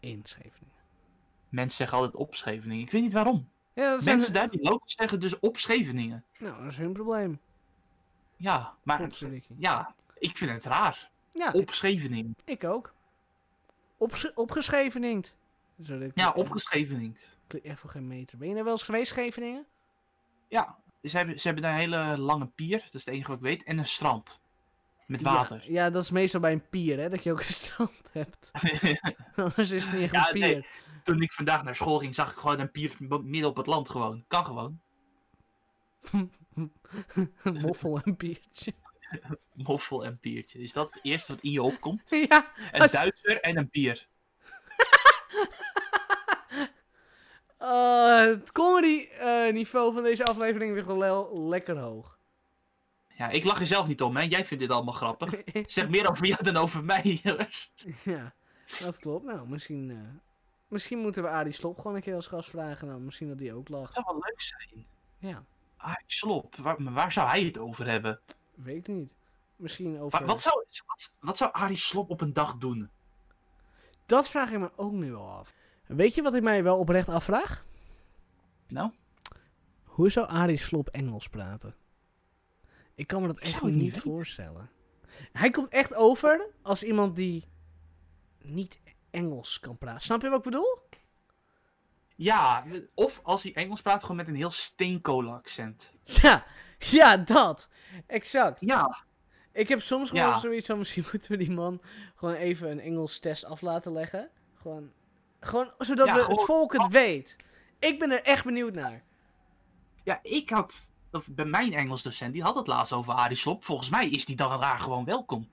In Scheveningen.
Mensen zeggen altijd op Scheveningen. Ik weet niet waarom.
Ja, dat zijn-
Mensen daar die lopen zeggen dus op Scheveningen.
Nou, dat is hun probleem.
Ja, maar
Opschrikking.
ja, ik vind het raar.
Ja, ik,
Op Scheveningen.
ik ook. Opge opgescheveningen.
Ja, op Scheveningen.
Echt voor geen meter. Ben je nou wel eens geweest, Scheveningen?
Ja, ze hebben, ze hebben daar een hele lange pier. Dat is het enige wat ik weet. En een strand. Met water.
Ja, ja, dat is meestal bij een pier, hè. Dat je ook een strand hebt. Anders is het niet echt
Ja,
een pier.
nee. Toen ik vandaag naar school ging, zag ik gewoon een pier bo- midden op het land gewoon. Kan gewoon.
Een moffel en biertje.
Moffel en biertje. Is dat het eerste wat in je opkomt?
ja.
Een
Als-
Duitser en een bier.
eh, het comedy eh, niveau van deze aflevering weer gewoon le- lekker hoog.
Ja, ik lach er zelf niet om, hè. Jij vindt dit allemaal grappig. Zeg meer over jou dan over mij, jongens.
ja, dat klopt. Nou, misschien... eh, misschien moeten we Arie Slop gewoon een keer als gast vragen. Nou, misschien dat die ook
Het
lacht.
zou wel leuk zijn.
Ja,
Ah, slop. Waar, maar waar zou hij het over hebben?
weet ik niet. Misschien over...
Wa- Wat zou, wat, wat zou Arie Slop op een dag doen?
Dat vraag ik me ook nu al af. Weet je wat ik mij wel oprecht afvraag?
Nou?
Hoe zou Arie Slop Engels praten? Ik kan me dat
Ik
echt
zou het
niet
niet weten.
voorstellen. Hij komt echt over als iemand die niet Engels kan praten. Snap je wat ik bedoel?
Ja, of als hij Engels praat, gewoon met een heel steenkolen accent.
Ja, ja, dat. Exact.
Ja,
Ik heb soms gewoon
Ja.
zoiets van, misschien moeten we die man gewoon even een Engels test af laten leggen. Gewoon, gewoon zodat
Ja,
we,
gewoon
het volk het weet. Ik ben er echt benieuwd naar.
ja ik had... Of bij mijn Engels docent, die had het laatst over Arie Slop. Volgens mij is die dan daar gewoon welkom.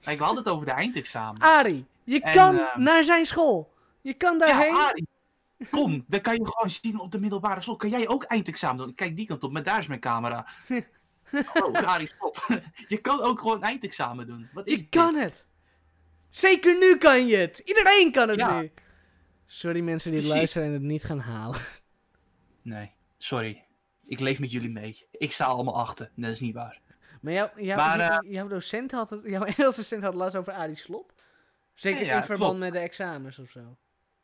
Kijk, we hadden het over de eindexamen.
Arie, je
En,
kan
ehm,
naar zijn school. Je kan daarheen.
Ja, Arie. Kom, dan kan je gewoon zien op de middelbare school. Kan jij ook eindexamen doen? Kijk die kant op, maar daar is mijn camera. Oh, Arie, stop. Je kan ook gewoon eindexamen doen. Wat is
je kan
dit?
het. Zeker nu kan je het. Iedereen kan het
Ja.
nu. Sorry mensen die het
Precies.
luisteren en het niet gaan halen.
Nee, sorry. Ik leef met jullie mee. Ik sta allemaal achter. Nee, dat is niet waar.
Maar, jou, jou,
Maar, eh,
jou- jouw docent had het, jouw Engelse docent had het laatst over Arie Slop. Zeker
Ja, ja,
in verband
klopt.
met de examens of zo.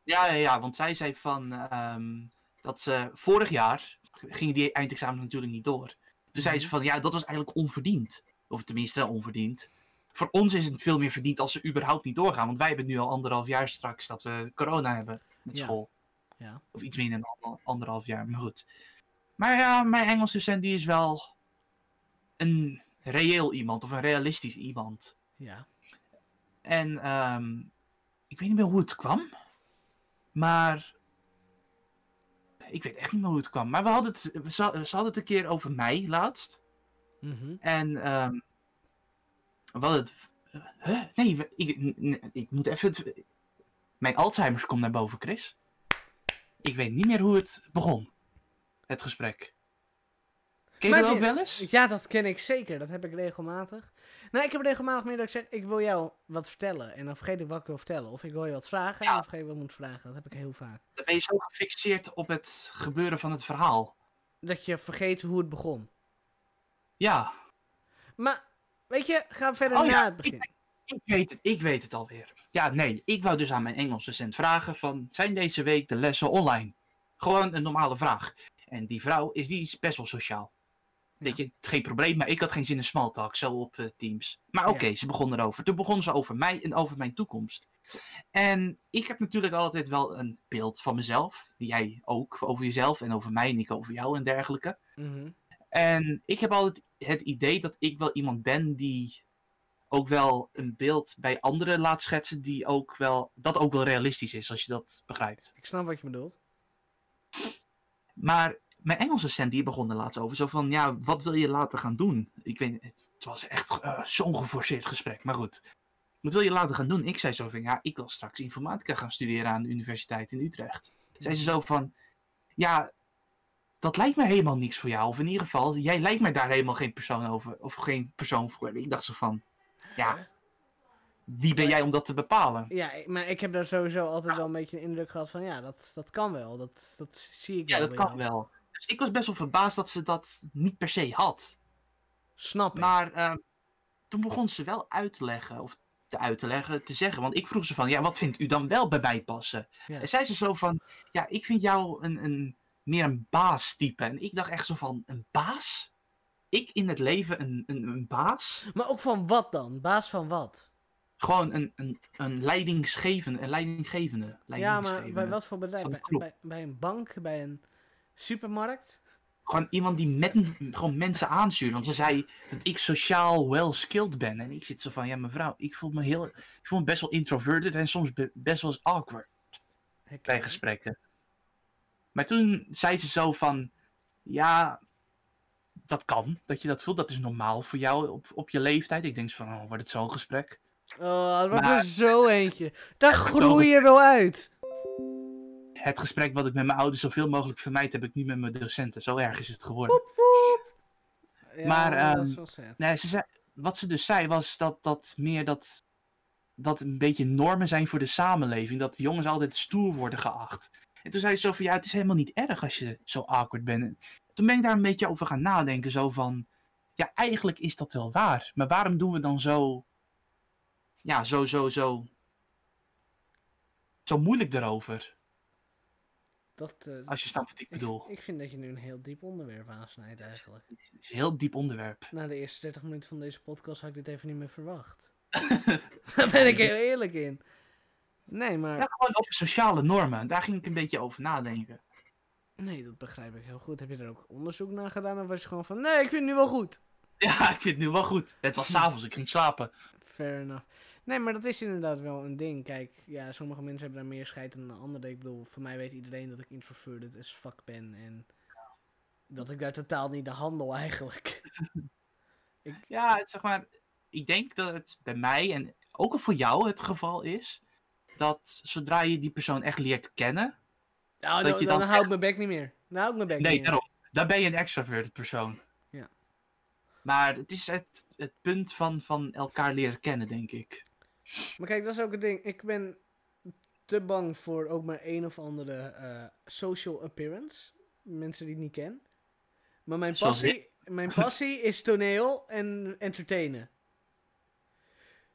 Ja, ja, ja, want zij zei van... ehm, dat ze
Mhm.
vorig jaar gingen die eindexamen natuurlijk niet door. Toen zei ze van, ja, dat was eigenlijk onverdiend. Of tenminste onverdiend. Voor ons is het veel meer verdiend als ze überhaupt niet doorgaan. Want wij hebben nu al anderhalf jaar straks dat we corona hebben met
Ja.
school.
Ja.
Of iets minder dan ander- anderhalf jaar, maar goed. Maar ja, mijn Engels docent die is wel een reëel iemand of een realistisch iemand.
Ja.
En ehm, ik weet niet meer hoe het kwam. Maar. Ik weet echt niet meer hoe het kwam. Maar we hadden het, we za- ze hadden het een keer over mij laatst.
Mhm.
En. ehm, we hadden het. Huh? Nee, we- ik, n- ik moet even. het- mijn Alzheimer's komt naar boven, Chris. Ik weet niet meer hoe het begon. Het gesprek. Ken je
Maar
dat ook
die-
wel eens?
Ja, dat ken ik zeker. Dat heb ik regelmatig. Nou, ik heb regelmatig meer dat ik zeg, ik wil jou wat vertellen. En dan vergeet ik wat ik wil vertellen. Of ik wil je wat vragen en
Ja.
dan vergeet ik wat ik moet vragen. Dat heb ik heel vaak.
Dan ben je zo gefixeerd op het gebeuren van het verhaal.
Dat je vergeet hoe het begon.
Ja.
Maar, weet je, ga verder
Oh
na
ja,
het begin.
Ik weet het, ik weet het alweer. Ja, nee, ik wou dus aan mijn Engels docent vragen van, zijn deze week de lessen online? Gewoon een normale vraag. En die vrouw is, die is best wel sociaal. Weet je, geen probleem, maar ik had geen zin in small talk, zo op eh, Teams. Maar
Ja.
oké, ze begon erover. Toen begon ze over mij en over mijn toekomst. En ik heb natuurlijk altijd wel een beeld van mezelf. Jij ook, over jezelf en over mij en ik over jou en dergelijke.
Mhm.
En ik heb altijd het idee dat ik wel iemand ben die ook wel een beeld bij anderen laat schetsen, die ook wel, dat ook wel realistisch is, als je dat begrijpt.
Ik snap wat je bedoelt.
Maar mijn Engelse docent die begon er laatst over, zo van, ja, wat wil je later gaan doen? Ik weet, het, het was echt eh, zo'n geforceerd gesprek, maar goed. Wat wil je later gaan doen? Ik zei zo van, ja, ik wil straks informatica gaan studeren aan de universiteit in Utrecht. Zei ze zo van, ja, dat lijkt mij helemaal niks voor jou. Of in ieder geval, jij lijkt mij daar helemaal geen persoon over, of geen persoon voor. Ik dacht zo van, ja, wie ben jij om dat te bepalen?
Ja, ik- maar ik heb daar sowieso altijd wel een beetje een indruk gehad van, ja, dat, dat kan wel. Dat, dat zie ik
Ja,
wel
dat
bij
kan
jou.
wel. Dus ik was best wel verbaasd dat ze dat niet per se had.
Snap ik.
Maar ehm, toen begon ze wel uit te leggen, of te uit te leggen, te zeggen. Want ik vroeg ze van, ja, wat vindt u dan wel bij mij passen?
Ja.
En zei ze zo van, ja, ik vind jou een, een, meer een baas type. En ik dacht echt zo van, een baas? Ik in het leven een, een, een baas?
Maar ook van wat dan? Baas van wat?
Gewoon een, een, een leidingsgevende, een leidinggevende.
Ja, maar
leidingsgevende.
bij wat voor bedrijf?
Van
Bij,
klok.
bij, bij een bank? Bij een supermarkt?
Gewoon iemand die met, gewoon mensen aanstuurt. Want ze zei dat ik sociaal well-skilled ben. En ik zit zo van, ja mevrouw, ik voel me, heel, ik voel me best wel introverted en soms be- best wel eens awkward.
Herken
bij
ik.
gesprekken. Maar toen zei ze zo van, ja, dat kan, dat je dat voelt, dat is normaal voor jou op, op je leeftijd. Ik denk zo van, oh, wordt het zo'n gesprek?
Oh, dat wordt
Maar-
er zo eentje. Daar
wordt zo
groei je wel uit.
Het gesprek wat ik met mijn ouders zoveel mogelijk vermijd, heb ik nu met mijn docenten. Zo erg is het geworden.
Woep, woep. Ja,
Maar,
dat is
ehm,
wel sad.
Nee, ze zei, wat ze dus zei was dat, dat meer dat, dat een beetje normen zijn voor de samenleving. Dat jongens altijd stoer worden geacht. En toen zei ze zo van ja, het is helemaal niet erg als je zo awkward bent. En toen ben ik daar een beetje over gaan nadenken. Zo van ja, eigenlijk is dat wel waar. Maar waarom doen we dan zo, ja, zo, zo, zo, zo moeilijk erover?
dat, eh,
Als je snapt wat ik bedoel.
Ik vind dat je nu een heel diep onderwerp aansnijdt eigenlijk.
Het is een heel diep onderwerp.
Na de eerste 30 minuten van deze podcast had ik dit even niet meer verwacht. Daar ben ik heel eerlijk in. Nee, maar...
Ja, gewoon over sociale normen. Daar ging ik een beetje over nadenken.
Nee, dat begrijp ik heel goed. Heb je er ook onderzoek naar gedaan? Of was je gewoon van... Nee, ik vind het nu wel goed.
Ja, ik vind het nu wel goed. Het was s'avonds, ik ging slapen.
Fair enough. Nee, maar dat is inderdaad wel een ding. Kijk, ja, sommige mensen hebben daar meer scheid dan anderen. Ik bedoel, voor mij weet iedereen dat ik introverted as fuck ben. En dat ik daar totaal niet de handel eigenlijk.
Ja, het- zeg maar, ik denk dat het bij mij en ook al voor jou het geval is, dat zodra je die persoon echt leert kennen,
Nou,
Dat
dan,
je
dan,
dan
hou ik mijn bek niet meer. Dan hou ik mijn bek
nee,
eh,
niet meer.
daarom, dan ben je een extraverte persoon.
Ja.
Maar het is het, het punt van, van elkaar leren kennen, denk ik.
Maar kijk, dat is ook het ding. Ik ben te bang voor ook maar een of andere eh, social appearance. Mensen die ik niet ken. Maar mijn
Zoals
passie, mijn passie is toneel en entertainen.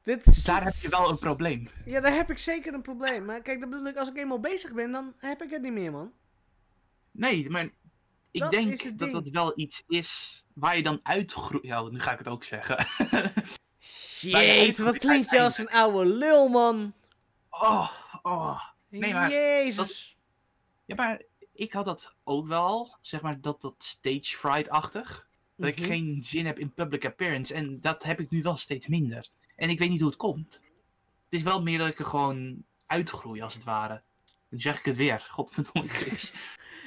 Dit is-
Daar heb je wel een probleem.
Ja, daar heb ik zeker een probleem. Maar kijk, dat bedoel ik, als ik eenmaal bezig ben, dan heb ik het niet meer, man.
Nee, maar Ik
Dat is
denk
het
dat
ding.
dat wel iets is waar je dan uitgroeit. Ja, nu ga ik het ook zeggen.
Jeet, wat klinkt je als een oude lul, man.
oh, oh. Nee, maar
Jezus.
Ja, maar ik had dat ook wel, zeg maar, dat, dat stage fright-achtig. Dat ik
Mhm.
geen zin heb in public appearance. En dat heb ik nu wel steeds minder. En ik weet niet hoe het komt. Het is wel meer dat ik er gewoon uitgroei, als het ware. Nu zeg ik het weer. Godverdomme, Chris.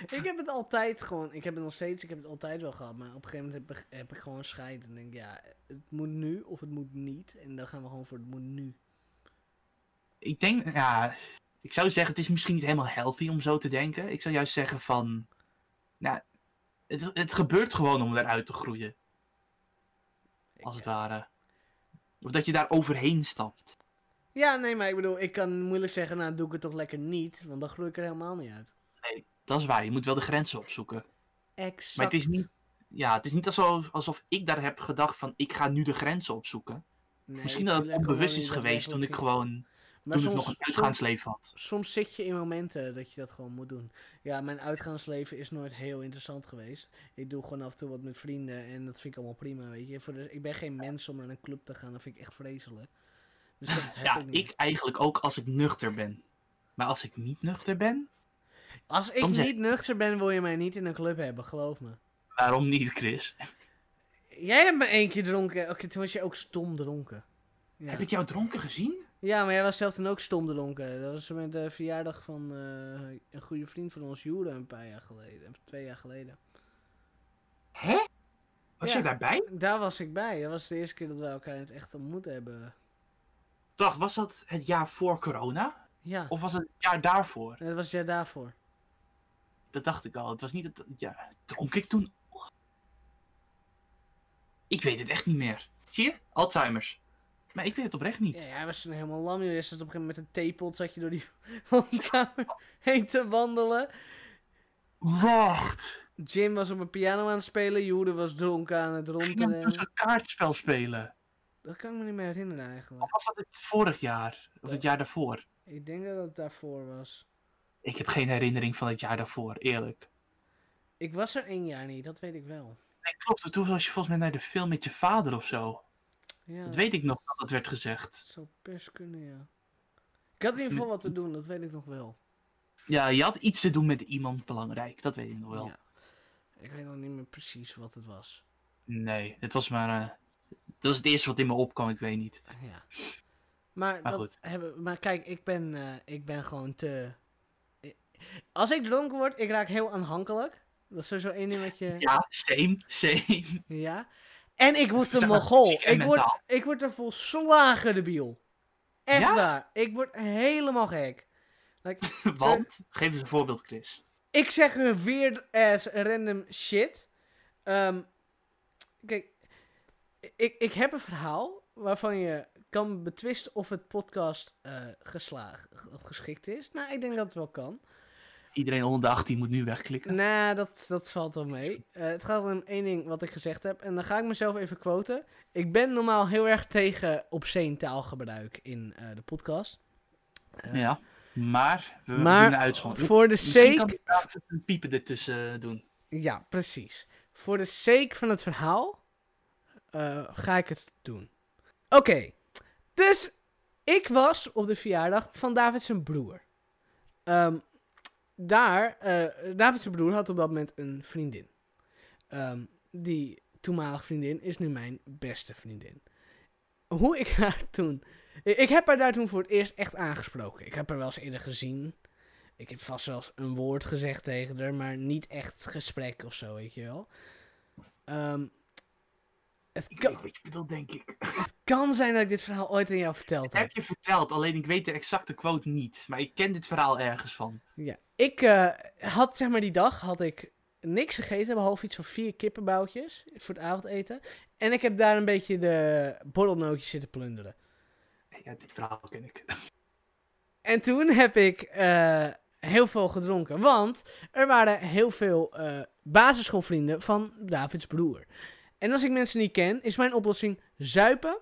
Ik heb het altijd gewoon, ik heb het nog steeds, ik heb het altijd wel gehad. Maar op een gegeven moment heb ik, heb ik gewoon scheid. En denk ik, ja, het moet nu of het moet niet. En dan gaan we gewoon voor het moet nu.
ik denk, ja... Ik zou zeggen, het is misschien niet helemaal healthy om zo te denken. Ik zou juist zeggen van... Nou, het, het gebeurt gewoon om eruit te groeien, als het ware. Of dat je daar overheen stapt.
Ja, nee, maar ik bedoel, ik kan moeilijk zeggen, nou doe ik het toch lekker niet. Want dan groei ik er helemaal niet uit.
Dat is waar, je moet wel de grenzen opzoeken.
Exact.
Maar het is niet, ja, het is niet alsof, alsof ik daar heb gedacht van ik ga nu de grenzen opzoeken.
Nee,
Misschien dat het
tuurlijk,
onbewust
gewoon
is
niet
geweest toen ik
daadwerkelijk.
gewoon
Maar
toen ik
soms,
nog een
soms,
uitgaansleven had.
soms zit je in momenten dat je dat gewoon moet doen. Ja, mijn uitgaansleven is nooit heel interessant geweest. Ik doe gewoon af en toe wat met vrienden en dat vind ik allemaal prima, weet je. Voor de, ik ben geen mens om naar een club te gaan, dat vind ik echt vreselijk. Dus dat heb
Ja,
ik niet.
ik eigenlijk ook als ik nuchter ben. Maar als ik niet nuchter ben,
Als ik
Dan zeg-
niet nuchter ben, wil je mij niet in een club hebben, geloof me.
waarom niet, Chris?
Jij hebt me één keer dronken. Oké, toen was je ook stom dronken. Ja.
Heb ik jou dronken gezien?
ja, maar jij was zelf toen ook stom dronken. Dat was met de verjaardag van eh, een goede vriend van ons, Jure, een paar jaar geleden. Twee jaar geleden.
Hè? Was
Ja.
jij daarbij?
Daar was ik bij. Dat was de eerste keer dat wij elkaar in het echt ontmoet hebben.
Wacht, was dat het jaar voor corona?
Ja,
Of was het het jaar daarvoor?
dat was jij daarvoor.
Dat dacht ik al. Het was niet het ja, Dronk ik toen? Ik weet het echt niet meer. Zie je? Alzheimer's. Maar ik weet het oprecht niet.
Ja, jij was toen helemaal lam. Je zat op een gegeven moment met een theepot zat je door die woonkamer heen te wandelen.
Wacht!
Jim was op een piano aan het spelen. Joede was dronken aan het
Ging hem dus
rondrennen.
een kaartspel spelen?
Dat kan ik me niet meer herinneren
Of
eigenlijk.
was dat het vorig jaar? Of het jaar daarvoor?
Ik denk dat het daarvoor was.
Ik heb geen herinnering van het jaar daarvoor, eerlijk.
Ik was er één jaar niet, dat weet ik wel.
Nee, klopt. Toen was je volgens mij naar de film met je vader of zo.
Ja,
Dat weet ik nog dat dat werd gezegd.
zou best kunnen, ja. Ik had in ieder geval wat te doen, dat weet ik nog wel.
Ja, je had iets te doen met iemand belangrijk. Dat weet ik nog wel.
Ja. Ik weet nog niet meer precies wat het was.
Nee, het was maar... eh, dat was het eerste wat in me opkwam, ik weet niet.
Ja. Maar,
Maar
dat
goed.
Hebben, maar kijk, ik ben, eh, ik ben gewoon te... ik- Als ik dronken word, ik raak heel aanhankelijk. Dat is sowieso één ding wat je... Ja.
Ja, same, same.
En ik word
Zeg
een
maar
mogol.
fysiek en
Ik word,
mentaal.
ik word een volslagen debiel. Echt
Ja?
waar. Ik word helemaal gek. Like,
Want, geef eens een voorbeeld, Chris.
ik zeg een weird ass random shit. Ehm, kijk, ik, ik heb een verhaal waarvan je kan betwisten of het podcast eh, geslaagd of geschikt is. Nou, ik denk dat het wel kan.
Iedereen onder de 18 moet nu wegklikken.
Nou, dat, dat valt wel mee. Eh, het gaat om één ding wat ik gezegd heb. En dan ga ik mezelf even quoten. Ik ben normaal heel erg tegen obscene taalgebruik in eh, de podcast. Eh,
Ja, maar we
Maar
doen een uitzondering.
Voor de
Misschien
sake
kan ik daar even een piepen ertussen eh, doen.
Ja, precies. Voor de sake van het verhaal eh, ga ik het doen. Oké, dus ik was op de verjaardag van David zijn broer. Ehm, daar, eh, David zijn broer had op dat moment een vriendin. Ehm, die toenmalige vriendin is nu mijn beste vriendin. Hoe ik haar toen... I- Ik heb haar daar toen voor het eerst echt aangesproken. Ik heb haar wel eens eerder gezien. Ik heb vast wel eens een woord gezegd tegen haar, maar niet echt gesprek of zo, weet je wel. Ehm, het,
Ik
kan,
weet wat je bedoelt, denk ik.
kan zijn dat ik dit verhaal ooit aan jou verteld heb.
heb je verteld, alleen ik weet de exacte quote niet. Maar ik ken dit verhaal ergens van.
Ja, ik eh, had zeg maar die dag had ik niks gegeten, behalve iets van vier kippenboutjes voor het avondeten. En ik heb daar een beetje de borrelnootjes zitten plunderen.
Ja, dit verhaal ken ik.
En toen heb ik eh, heel veel gedronken, want er waren heel veel eh, basisschoolvrienden van Davids broer. En als ik mensen niet ken, is mijn oplossing zuipen,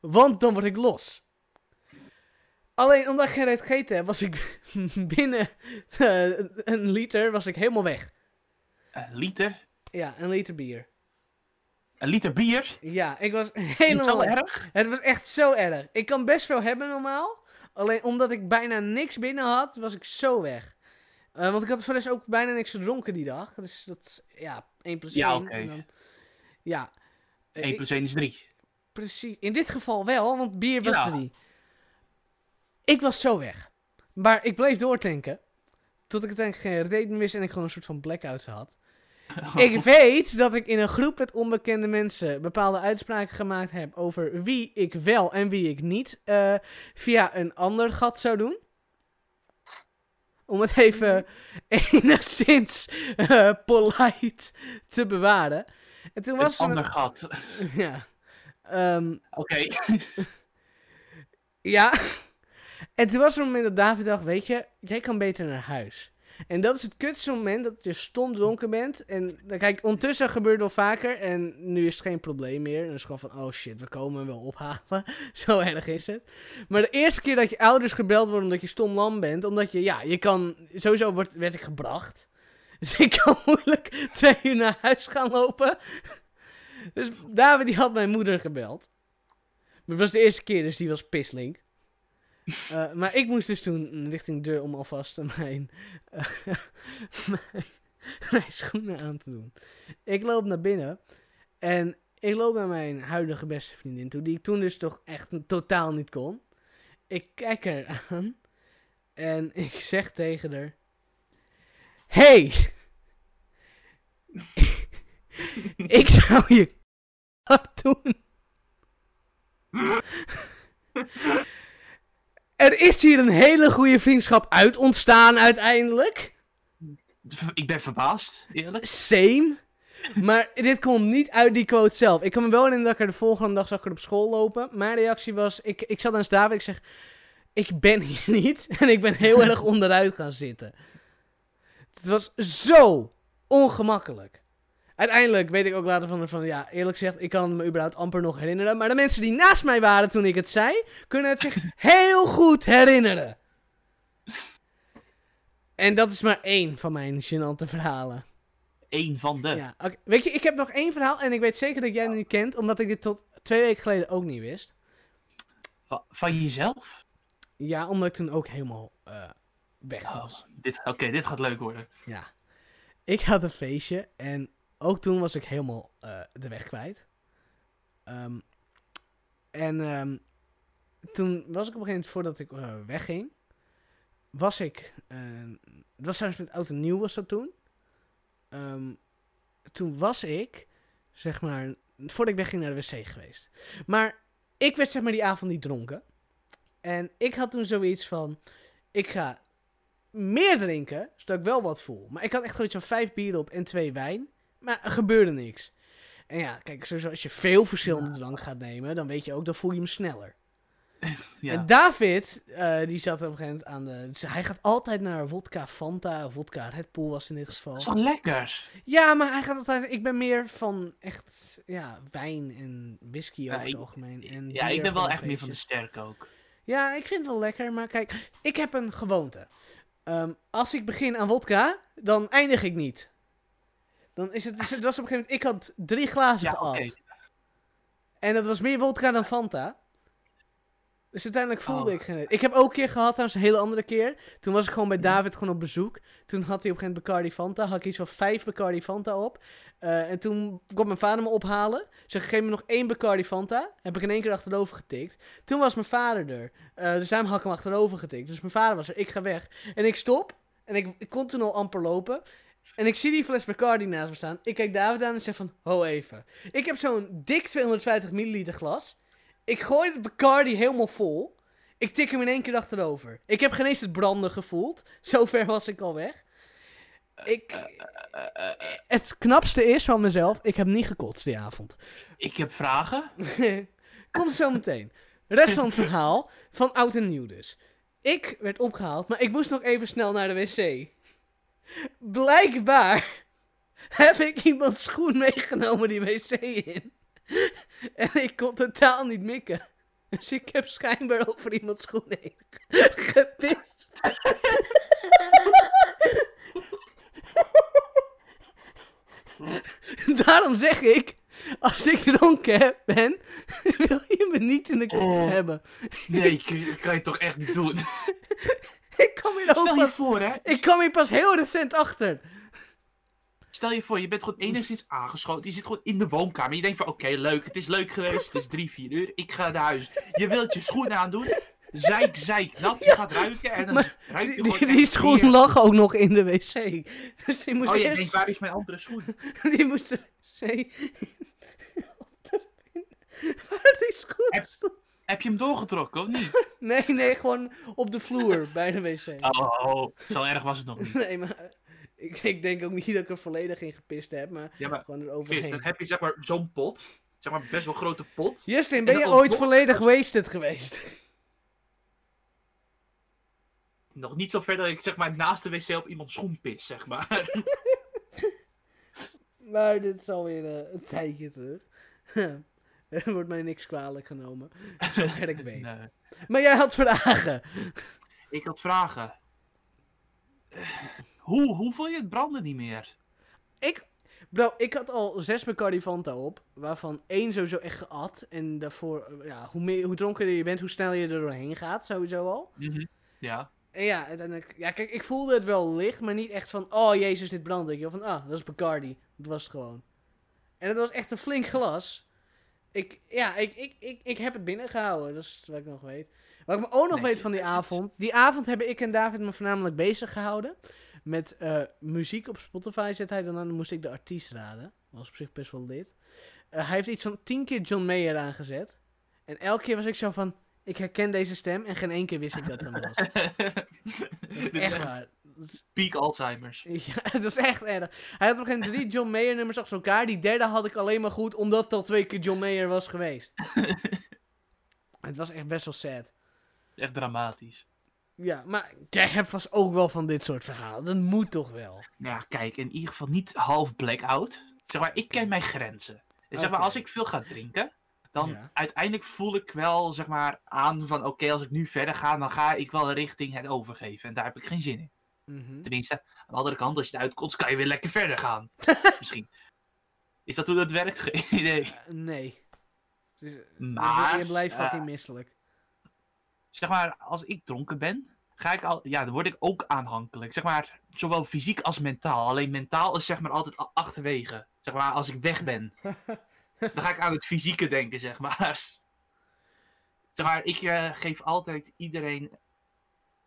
want dan word ik los. Alleen omdat ik geen reet gegeten heb, was ik binnen eh, een liter was ik helemaal weg.
Eh, Een liter.
Ja, een liter bier.
Een liter bier.
Ja, ik was
Niet zo
helemaal...
erg.
Het was echt zo erg. Ik kan best veel hebben normaal. Alleen omdat ik bijna niks binnen had, was ik zo weg. Eh, want ik had voor de rest ook bijna niks gedronken die dag. Dus dat is, ja, 1 plus 1.
Ja,
en
oké.
dan- Ja. Eh,
1
ik-
plus 1 is 3.
Precies. In dit geval wel, want bier was
Ja.
er niet. Ik was zo weg. Maar ik bleef doortanken. Tot ik uiteindelijk geen reden meer wist en ik gewoon een soort van blackouts had. Ik weet dat ik in een groep met onbekende mensen bepaalde uitspraken gemaakt heb over wie ik wel en wie ik niet eh, via een ander gat zou doen. Om het even
Mhm.
enigszins eh, polite te bewaren. En toen
Een
was er een-
ander gat. Oké.
Ja. Ehm, ja. En toen was er een moment dat David dacht, weet je, jij kan beter naar huis. En dat is het kutste moment dat je stom dronken bent. En dan kijk, ondertussen gebeurt het wel vaker. En nu is het geen probleem meer. En dan is het gewoon van, oh shit, we komen hem wel ophalen. Zo erg is het. Maar de eerste keer dat je ouders gebeld worden omdat je stom lam bent. Omdat je, ja, je kan... Sowieso wordt, werd ik gebracht. Dus ik kan moeilijk twee uur naar huis gaan lopen. Dus David die had mijn moeder gebeld. Maar het was de eerste keer, dus die was pisslink. Eh, maar ik moest dus toen richting de deur om alvast mijn, eh, mijn, mijn schoenen aan te doen. Ik loop naar binnen en ik loop naar mijn huidige beste vriendin toe, die ik toen dus toch echt totaal niet kon. Ik kijk haar aan en ik zeg tegen haar: Hey! ik zou je wat doen. Er is hier een hele goede vriendschap uit ontstaan uiteindelijk.
Ik ben verbaasd, eerlijk.
Same. Maar dit komt niet uit die quote zelf. Ik kan me wel herinneren dat ik er de volgende dag zag ik er op school lopen. Mijn reactie was, ik, ik zat naast David ik zeg... Ik ben hier niet. En ik ben heel erg onderuit gaan zitten. Het was zo ongemakkelijk. Uiteindelijk weet ik ook later van, van ja, eerlijk gezegd, ik kan me überhaupt amper nog herinneren. Maar de mensen die naast mij waren toen ik het zei, kunnen het zich heel goed herinneren. En dat is maar één van mijn gênante verhalen.
Eén van de.
Ja, oké. Weet je, ik heb nog één verhaal en ik weet zeker dat jij het niet kent, omdat ik dit tot twee weken geleden ook niet wist.
Va- Van jezelf?
Ja, omdat ik toen ook helemaal eh, weg
Oh,
was.
dit- Oké, dit gaat leuk worden.
Ja. Ik had een feestje en ook toen was ik helemaal eh, de weg kwijt. Ehm, en ehm, toen was ik op een gegeven moment, voordat ik eh, wegging, was ik... eh, het was trouwens met Oud en Nieuw was dat toen. Ehm, toen was ik, zeg maar, voordat ik wegging naar de wc geweest. Maar ik werd zeg maar die avond niet dronken. En ik had toen zoiets van, ik ga meer drinken, zodat ik wel wat voel. Maar ik had echt zoiets van vijf bieren op en twee wijn. Maar er gebeurde niks. En ja, kijk, sowieso als je veel verschillende drank gaat nemen, dan weet je ook, dan voel je hem sneller.
Ja.
En David, eh, die zat op een gegeven moment aan de... dus hij gaat altijd naar vodka Fanta, of vodka Red Bull was in dit geval.
Dat is toch lekker?
Ja, maar hij gaat altijd... Ik ben meer van echt, ja, wijn en whisky over
ik-
het algemeen. En
ja, ik
bier
ben
voor
wel
een
echt meer van de
feestje.
sterk ook.
Ja, ik vind het wel lekker, maar kijk, ik heb een gewoonte. Ehm, als ik begin aan wodka, dan eindig ik niet. Dan is het, is het was op een gegeven moment, ik had drie glazen
Ja,
gehad.
oké.
En dat was meer wodka dan Fanta. Dus uiteindelijk voelde
Oh.
ik geen... Ik heb ook een keer gehad, trouwens een hele andere keer. Toen was ik gewoon bij David gewoon op bezoek. Toen had hij op een gegeven moment Bacardi Fanta. Had ik iets van vijf Bacardi Fanta op. Eh, en toen kwam mijn vader me ophalen. Zeg, geef me nog één Bacardi Fanta. Heb ik in één keer achterover getikt. Toen was mijn vader er. Eh, dus daarom had ik hem achterover getikt. Dus mijn vader was er. Ik ga weg. En ik stop. En ik, ik kon toen al amper lopen. En ik zie die fles Bacardi naast me staan. Ik kijk David aan en zeg van, ho even. Ik heb zo'n dik 250 milliliter glas. Ik gooi de Bacardi helemaal vol. Ik tik hem in één keer achterover. Ik heb geen eens het branden gevoeld. Zover was ik al weg. Ik... Het knapste is van mezelf, ik heb niet gekotst die avond.
Ik heb vragen.
Komt zo meteen. Rest van het verhaal van oud en nieuw dus. Ik werd opgehaald, maar ik moest nog even snel naar de wc. Blijkbaar heb ik iemands schoen meegenomen die wc in. En ik kon totaal niet mikken. Dus ik heb schijnbaar over iemands schoen heen gepist. Daarom zeg ik, als ik dronken heb, ben, wil je me niet in de kop
Oh.
hebben.
Nee, k- kan je toch echt niet doen.
Ik kwam hier ook
Stel je
pas,
voor, hè.
ik kwam hier pas heel recent achter.
Stel je voor, je bent gewoon enigszins aangeschoten. Je zit gewoon in de woonkamer. Je denkt van, oké, leuk. Het is leuk geweest. Het is drie, vier uur. Ik ga naar huis. Je wilt je schoenen aandoen. Zeik, zeik, nat. Je gaat ruiken en dan
Maar
ruikt je
Die,
gewoon
die, die
echt
schoen
weer.
lag ook nog in de wc. Dus die moest
Oh, je
eerst...
denkt, waar is mijn andere schoen?
Die moest de wc... op de Waar die schoen
Heb-
stond.
Heb je hem doorgetrokken, of niet?
Nee, nee, gewoon op de vloer bij de wc.
Oh, oh, zo erg was het nog niet.
Nee, maar ik, ik denk ook niet dat ik er volledig in gepist heb, maar
Ja, maar
gewoon
Chris,
eroverheen.
dan heb je zeg maar zo'n pot. Zeg maar best wel grote pot.
Justin, ben
En
je
dan
ooit
nog-
volledig wasted geweest?
Nog niet zo ver dat ik zeg maar naast de wc op iemands schoen pis, zeg maar.
Maar dit is alweer eh, een tijdje terug. er wordt mij niks kwalijk genomen. Zover ik weet.
Nee.
Maar jij had vragen.
Ik had vragen. Eh, Hoe, hoe voel je het branden niet meer?
Ik, bro, ik had al zes Bacardi Fanta op. Waarvan één sowieso echt geat. En daarvoor, eh, ja, hoe, meer, hoe dronkerder je bent, hoe sneller je er doorheen gaat. Sowieso al.
Ja.
En ja, uiteindelijk, ja, kijk, ik voelde het wel licht, maar niet echt van, oh jezus, dit brandt. Ik dacht van, ah, dat is Bacardi. Dat was het gewoon. En het was echt een flink glas. Ik, ja, ik, ik, ik, ik heb het binnengehouden, dat is wat ik nog weet. Wat ik me ook nog
Nee,
weet van die
netjes.
avond, die avond hebben ik en David me voornamelijk bezig gehouden. Met eh, muziek op Spotify zet hij dan aan, dan moest ik de artiest raden. Was op zich best wel dit. Eh, hij heeft iets van tien keer John Mayer aangezet. En elke keer was ik zo van, ik herken deze stem en geen één keer wist ik dat hem was.
Dit is
Echt
echt
waar. Dat is-
peak Alzheimer's.
Ja, het was echt erg. Hij had op een gegeven moment drie John Mayer nummers achter elkaar. Die derde had ik alleen maar goed, omdat het al twee keer John Mayer was geweest. het was echt best wel sad.
Echt dramatisch.
Ja, maar jij hebt vast ook wel van dit soort verhalen. Dat moet toch wel?
Nou ja, kijk, in ieder geval niet half blackout. Zeg maar, ik ken mijn grenzen. Dus zeg maar,
Oké.
als ik veel ga drinken, dan
Ja.
uiteindelijk voel ik wel zeg maar aan van oké, als ik nu verder ga, dan ga ik wel richting het overgeven. En daar heb ik geen zin in.
Mhm.
Tenminste, aan de andere kant, als je eruit komt, kan je weer lekker verder gaan. Misschien. Is dat hoe dat werkt? Geen idee.
Eh, nee. Dus, eh, je-
Maar,
je blijft
eh,
fucking misselijk.
zeg maar, als ik dronken ben, ga ik al, ja, dan word ik ook aanhankelijk. Zeg maar, zowel fysiek als mentaal. Alleen mentaal is zeg maar altijd a- achterwege. Zeg maar, als ik weg ben, dan ga ik aan het fysieke denken, zeg maar. Zeg maar, ik eh, geef altijd iedereen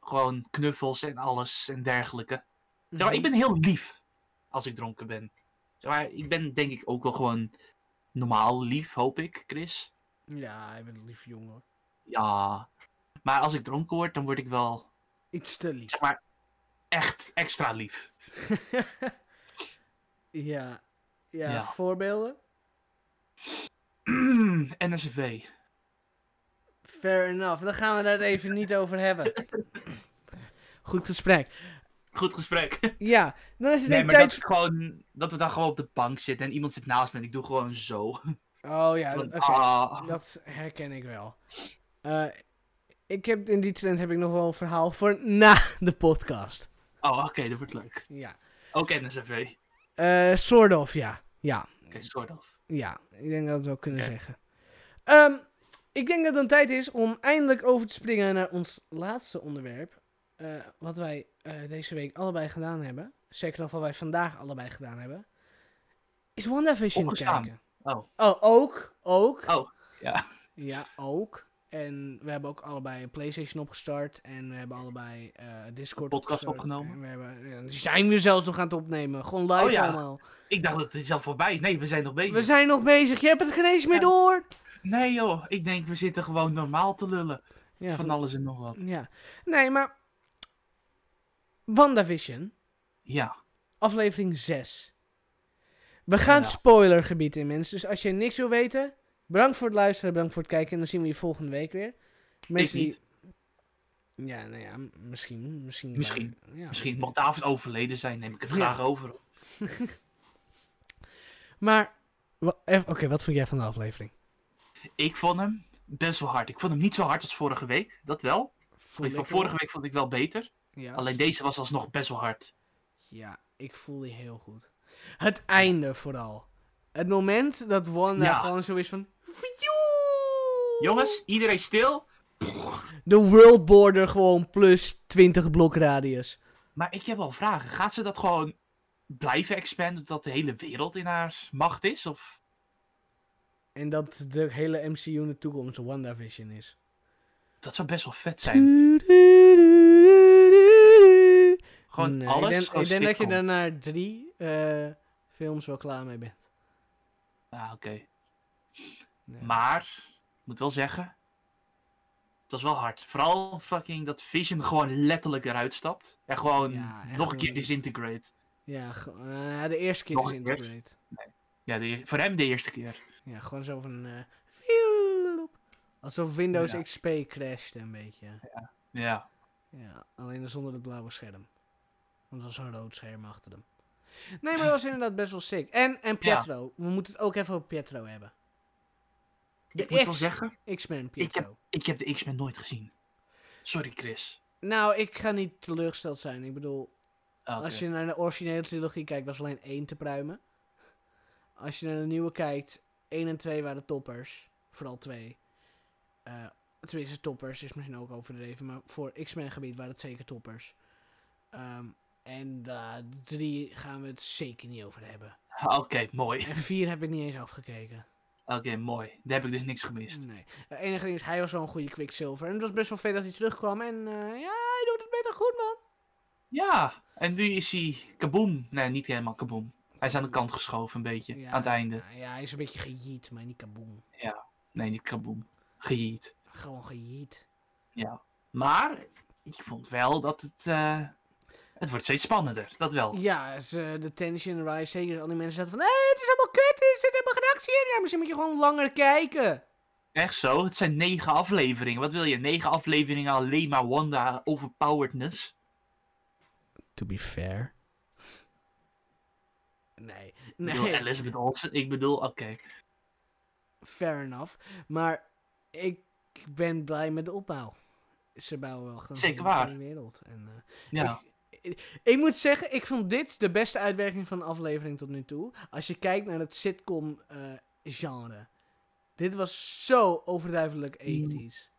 gewoon knuffels en alles en dergelijke. Zeg
Mhm.
maar, ik ben heel lief als ik dronken ben. Zeg maar, ik ben denk ik ook wel gewoon normaal lief, hoop ik, Chris.
Mhm. Ja, ik ben een lief jongen. hoor.
Ja. Maar als ik dronken word, dan word ik wel
Iets te lief.
zeg maar, echt extra lief.
Ja. Ja,
Ja.
voorbeelden?
Mm, NSV.
Fair enough. Daar gaan we het even niet over hebben. Goed gesprek.
Goed gesprek.
Ja, dan is het
Nee,
denk
maar dat,
ik tijd...
ik gewoon, dat we dan gewoon op de bank zitten en iemand zit naast me en ik doe gewoon zo.
Oh ja,
Van,
oké.
ah.
Dat herken ik wel. Eh, ik heb, in die trend heb ik nog wel een verhaal voor na de podcast.
Oh, oké, dat wordt leuk.
Ja.
Ook NSV.
Eh sort of, ja. Ja,
Oké, soort of.
ja. Ik denk dat we het wel kunnen
Oké.
zeggen. Ehm, ik denk dat het dan tijd is om eindelijk over te springen naar ons laatste onderwerp. Eh, wat wij eh, deze week allebei gedaan hebben. Zeker nog wat wij vandaag allebei gedaan hebben. Is WandaVision
Opgestaan.
kijken.
Oh.
Oh, ook. Ook.
Oh, ja.
Ja, ook. En we hebben ook allebei een PlayStation opgestart. En we hebben allebei eh, Discord
Podcast
opgestart.
opgenomen.
En we hebben, ja, die zijn we zelfs nog aan het opnemen. Gewoon live
Oh ja.
allemaal.
Ik dacht dat het is al voorbij. Nee, we zijn nog bezig.
We zijn nog bezig. Je hebt het geen eens meer door.
Nee joh, ik denk we zitten gewoon normaal te lullen.
Ja,
van alles en nog wat.
ja. Nee, maar... WandaVision.
Ja.
Aflevering 6. We gaan
Ja.
spoilergebied in, mensen. Dus als je niks wil weten... Bedankt voor het luisteren, bedankt voor het kijken. En dan zien we je volgende week weer.
Ik
Mensen die-
niet.
Ja, nou ja, m- misschien. Misschien.
Misschien.
Ja.
Misschien mocht David overleden zijn, neem ik het
Ja.
graag over.
Maar, wa- eff- oké, wat vond jij van de aflevering?
Ik vond hem best wel hard. Ik vond hem niet zo hard als vorige week, dat wel. Die van vorige week vond ik wel beter.
Ja.
Alleen deze was alsnog best wel hard.
Ja, ik voel die heel goed. Het einde vooral. Het moment dat Wanda
Ja.
gewoon zo is van...
Jongens, iedereen stil?
De world border gewoon plus 20 blok radius.
Maar ik heb wel vragen. Gaat ze dat gewoon blijven expanden dat de hele wereld in haar macht is? Of...
En dat de hele MCU in de toekomst WandaVision is.
Dat zou best wel vet
Hmm,
zijn. Gewoon
Nee,
alles.
Ik denk,
gewoon
ik denk dat je
sitcom.
daar na drie eh, films wel klaar mee bent.
Ah, oké.
Ja.
Maar, ik moet wel zeggen. Het was wel hard. Vooral fucking dat Vision gewoon letterlijk eruit stapt. En gewoon
Ja, echt
nog een keer
gewoon-
disintegrate.
Ja, ge- eh, de eerste keer
Nog
is
een keer?
Integrate.
Ja, de eer- voor hem de eerste keer.
Ja, gewoon zo van... eh, alsof Windows
Ja.
XP crashte een beetje.
Ja.
Ja, alleen dan zonder het blauwe scherm. Want er was een rood scherm achter hem. Nee, maar dat was inderdaad best wel sick. En, en Pietro. We moeten het ook even over Pietro hebben.
Ik moet wel
X-
zeggen,
X-Men Pietro.
ik heb de X-Men nooit gezien. Sorry, Chris.
Nou, ik ga niet teleurgesteld zijn. Ik bedoel,
Ah, oké.
als je naar de originele trilogie kijkt, was alleen één te pruimen. Als je naar de nieuwe kijkt, één en twee waren toppers. Vooral twee. Eh tenminste, toppers is misschien ook overdreven, maar voor X-Men gebied waren het zeker toppers. Ehm, en eh, drie gaan we het zeker niet over hebben.
Ah, Oké, mooi.
En vier heb ik niet eens afgekeken.
Oké, mooi. Daar heb ik dus niks gemist.
Nee. Het enige ding is, hij was wel een goede Quicksilver. En het was best wel veel dat hij terugkwam. En eh, ja, hij doet het beter goed, man.
Ja, en nu is hij kaboom. Nee, niet helemaal kaboom. Hij is aan de kant geschoven een beetje.
Ja,
aan het einde.
Ja, hij is een beetje gejiet, maar niet kaboom.
Nee, niet kaboom. Gejiet.
Gewoon gejiet.
Maar ik vond wel dat het... eh, het wordt steeds spannender. Dat wel.
Ja, is, eh, de tension rise. Zeker al die mensen zaten van... Hé, het is allemaal kut. Er zit helemaal geen actie in. Ja, misschien moet je gewoon langer kijken.
Echt zo. Het zijn negen afleveringen. Wat wil je? Negen afleveringen alleen maar Wanda overpoweredness?
To be fair. Nee.
Ik bedoel,
Nee,
Elizabeth Olsen. Ik bedoel, oké.
fair enough. Maar ik ben blij met de opbouw. Ze bouwen wel gewoon
Zeker
een
waar.
hele wereld. En, eh,
Ja.
Ik moet zeggen, ik vond dit de beste uitwerking van de aflevering tot nu toe. Als je kijkt naar het sitcom-genre. dit was zo overduidelijk 80s.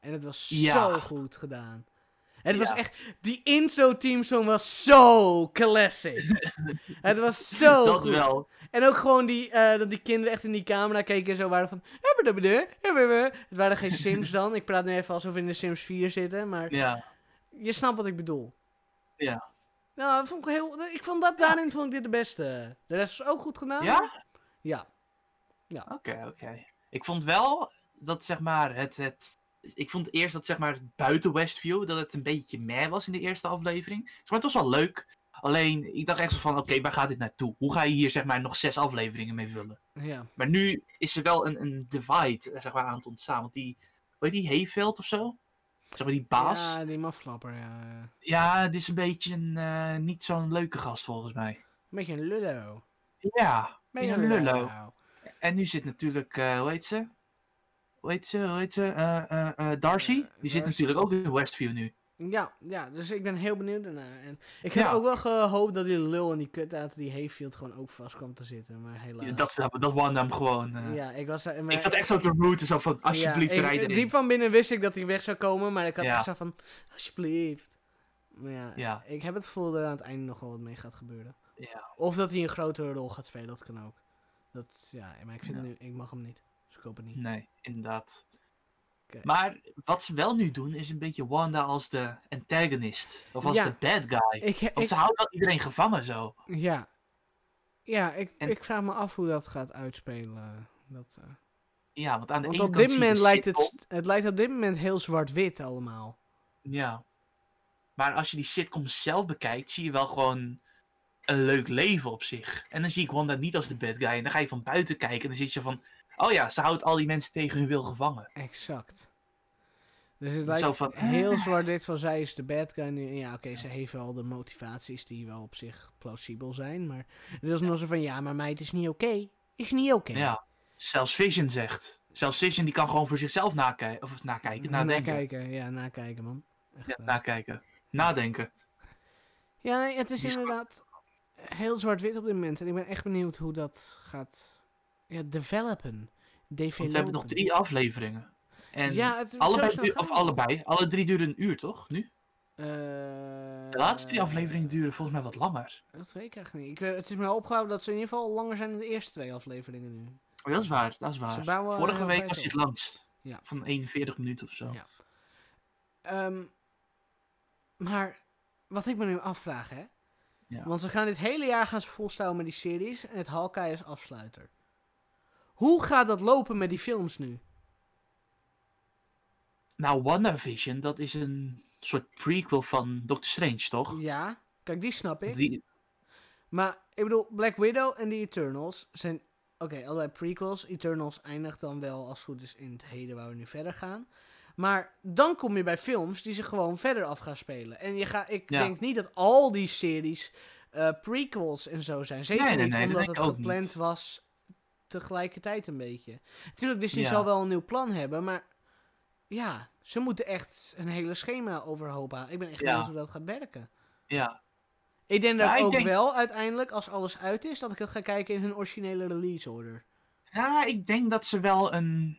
En het was
Ja.
zo goed gedaan. Het was
Ja.
echt... Die intro-teamsong was zo classic. het was zo
dat
goed.
wel.
En ook gewoon die, eh, dat die kinderen echt in die camera keken en zo waren van... "Hubbedubbedu, hubbedubbedu." Het waren geen Sims dan. Ik praat nu even alsof we in de Sims 4 zitten, maar...
Ja.
Je snapt wat ik bedoel.
Ja.
Nou, dat vond ik, heel, ik vond dat daarin vond ik dit de beste. De rest was ook goed gedaan.
Ja?
Ja.
Oké, oké. Ik vond wel dat zeg maar het, het... Ik vond eerst dat zeg maar buiten Westview dat het een beetje meh was in de eerste aflevering. Zeg maar het was wel leuk. Alleen ik dacht echt zo van oké, waar gaat dit naartoe? Hoe ga je hier zeg maar nog zes afleveringen mee vullen?
Ja.
Maar nu is er wel een, een divide eh, zeg maar aan het ontstaan. Want die, weet die Hayveld of zo? Zeg maar die baas. Ja,
Ja, die maflapper, ja. Een
dit is een beetje een, eh, niet zo'n leuke gast volgens mij.
beetje een lullo.
Ja.
Beetje
Een En nu zit natuurlijk, eh, hoe heet ze? Hoe heet ze? Hoe heet ze? Eh, eh, eh, Darcy?
Eh,
die zit
Darcy.
natuurlijk ook in Westview nu.
Ja, ja, dus ik ben heel benieuwd daarna. En ik had
Ja.
ook wel gehoopt dat die lul en die kut uit die Hayfield gewoon ook vast kwam te zitten, maar helaas.
Dat, dat Wanda hem gewoon... eh,
ja, ik was daar... maar-
Ik zat echt zo te rooten, zo van, alsjeblieft,
ja, ik-
rijd erin.
Diep van binnen wist ik dat hij weg zou komen, maar ik had
Ja.
echt zo van, alsjeblieft. Maar ja,
Ja.
ik heb het gevoel dat er aan het einde nog wel wat mee gaat gebeuren.
Ja.
Of dat hij een grotere rol gaat spelen, dat kan ook. Dat, ja, maar ik, vind
Ja.
nu, ik mag hem niet. Dus ik hoop het niet.
Nee, inderdaad.
Oké.
Maar wat ze wel nu doen, is een beetje Wanda als de antagonist. Of als
Ja.
de bad guy.
Ik,
Want
ik,
ze houdt wel iedereen gevangen zo.
ja, ja ik,
En-
ik vraag me af hoe dat gaat uitspelen. Dat, eh,
Ja, want aan de
want
ene
op
kant
dit
zie je
moment
de
lijkt
sitcom.
het, het lijkt op dit moment heel zwart-wit allemaal.
Ja. Maar als je die sitcom zelf bekijkt, zie je wel gewoon een leuk leven op zich. En dan zie ik Wanda niet als de bad guy. En dan ga je van buiten kijken en dan zit je van... Oh ja, ze houdt al die mensen tegen hun wil gevangen.
Exact. Dus het lijkt
Zo van, "Ah."
heel zwaar dit van zij is de bad guy nu. En Ja, oké, ze heeft wel de motivaties die wel op zich plausibel zijn. Maar het is nog zo van, ja, maar meid is niet oké. Is niet oké.
Ja. Zelfs Vision zegt. Zelfs Vision die kan gewoon voor zichzelf nakijken. Of nakijken, nadenken.
Nakijken, ja, nakijken, man. Echt,
Ja,
eh.
nakijken. Nadenken.
ja, nee, het is
Die is-
inderdaad... eh, heel zwart-wit op dit moment. En ik ben echt benieuwd hoe dat gaat ja, developen.
Want we hebben nog drie afleveringen. En
ja, het,
allebei,
zo
du-
snel
of
gaat het.
allebei, alle drie duren een uur, toch? Nu?
Eh,
De laatste drie afleveringen duren volgens mij wat langer.
Dat weet ik eigenlijk niet. Ik, weet- het is me al opgehouden dat ze in ieder geval langer zijn dan de eerste twee afleveringen nu.
Oh, dat is waar, dat is
Ze
waar.
bouwen
Vorige
heel
week
tijd
was hij
op.
het langst.
Ja.
Van 41 minuten of zo.
Ja. Ehm, maar wat ik me nu afvraag, hè.
Ja.
Want ze gaan dit hele jaar gaan ze volstouwen met die series en het Hawkeye is afsluiter. Hoe gaat dat lopen met die films nu?
Nou, WandaVision, dat is een soort prequel van Doctor Strange, toch?
Ja, kijk, die snap ik.
Die,
Maar ik bedoel, Black Widow en de Eternals zijn. Oké, allebei prequels. Eternals eindigt dan wel als het goed is in het heden waar we nu verder gaan. Maar dan kom je bij films die zich gewoon verder af gaan spelen. En je ga, ik
Ja.
denk niet dat al die series eh, prequels en zo zijn. Zeker
Nee, nee,
niet
nee, dat
omdat
denk
het
ik ook
gepland
niet.
was tegelijkertijd een beetje. Natuurlijk, Disney
Ja.
zal wel een nieuw plan hebben, maar ja, ze moeten echt een hele schema overhoop halen. Ik ben echt
Ja.
benieuwd hoe dat gaat werken.
ja.
Ik denk dat
Ja,
ik
ik
ook
denk-
wel uiteindelijk, als alles uit is, dat ik het ga kijken in hun originele release order.
ja, ik denk dat ze wel een,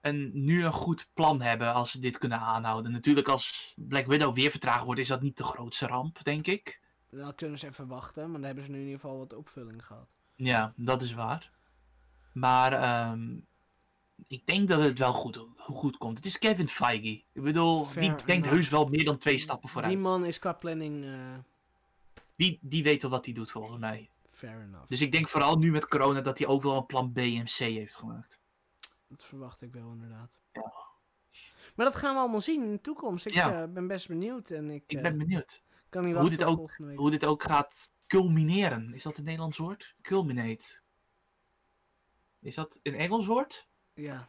een, nu een goed plan hebben als ze dit kunnen aanhouden. Natuurlijk, als Black Widow weer vertraagd wordt, is dat niet de grootste ramp, denk ik.
Dan kunnen ze even wachten, maar dan hebben ze nu in ieder geval wat opvulling gehad.
Ja, dat is waar. Maar ehm, ik denk dat het wel goed, goed komt. Het is Kevin Feige. Ik bedoel,
Fair
die denkt
enough.
heus wel meer dan twee stappen vooruit.
Die man is qua planning eh,
die, die weet wel wat hij doet, volgens mij.
fair enough.
Dus ik denk vooral nu met corona dat hij ook wel een plan B en C heeft gemaakt.
Dat verwacht ik wel inderdaad.
Ja.
Maar dat gaan we allemaal zien in de toekomst. Ik
Ja.
eh, ben best benieuwd en ik,
Ik
eh,
ben benieuwd
kan niet
hoe
wachten
dit
tot
ook-
volgende week.
hoe dit ook gaat culmineren. Is dat het Nederlands woord? Culminate. Is dat een Engels woord?
Ja,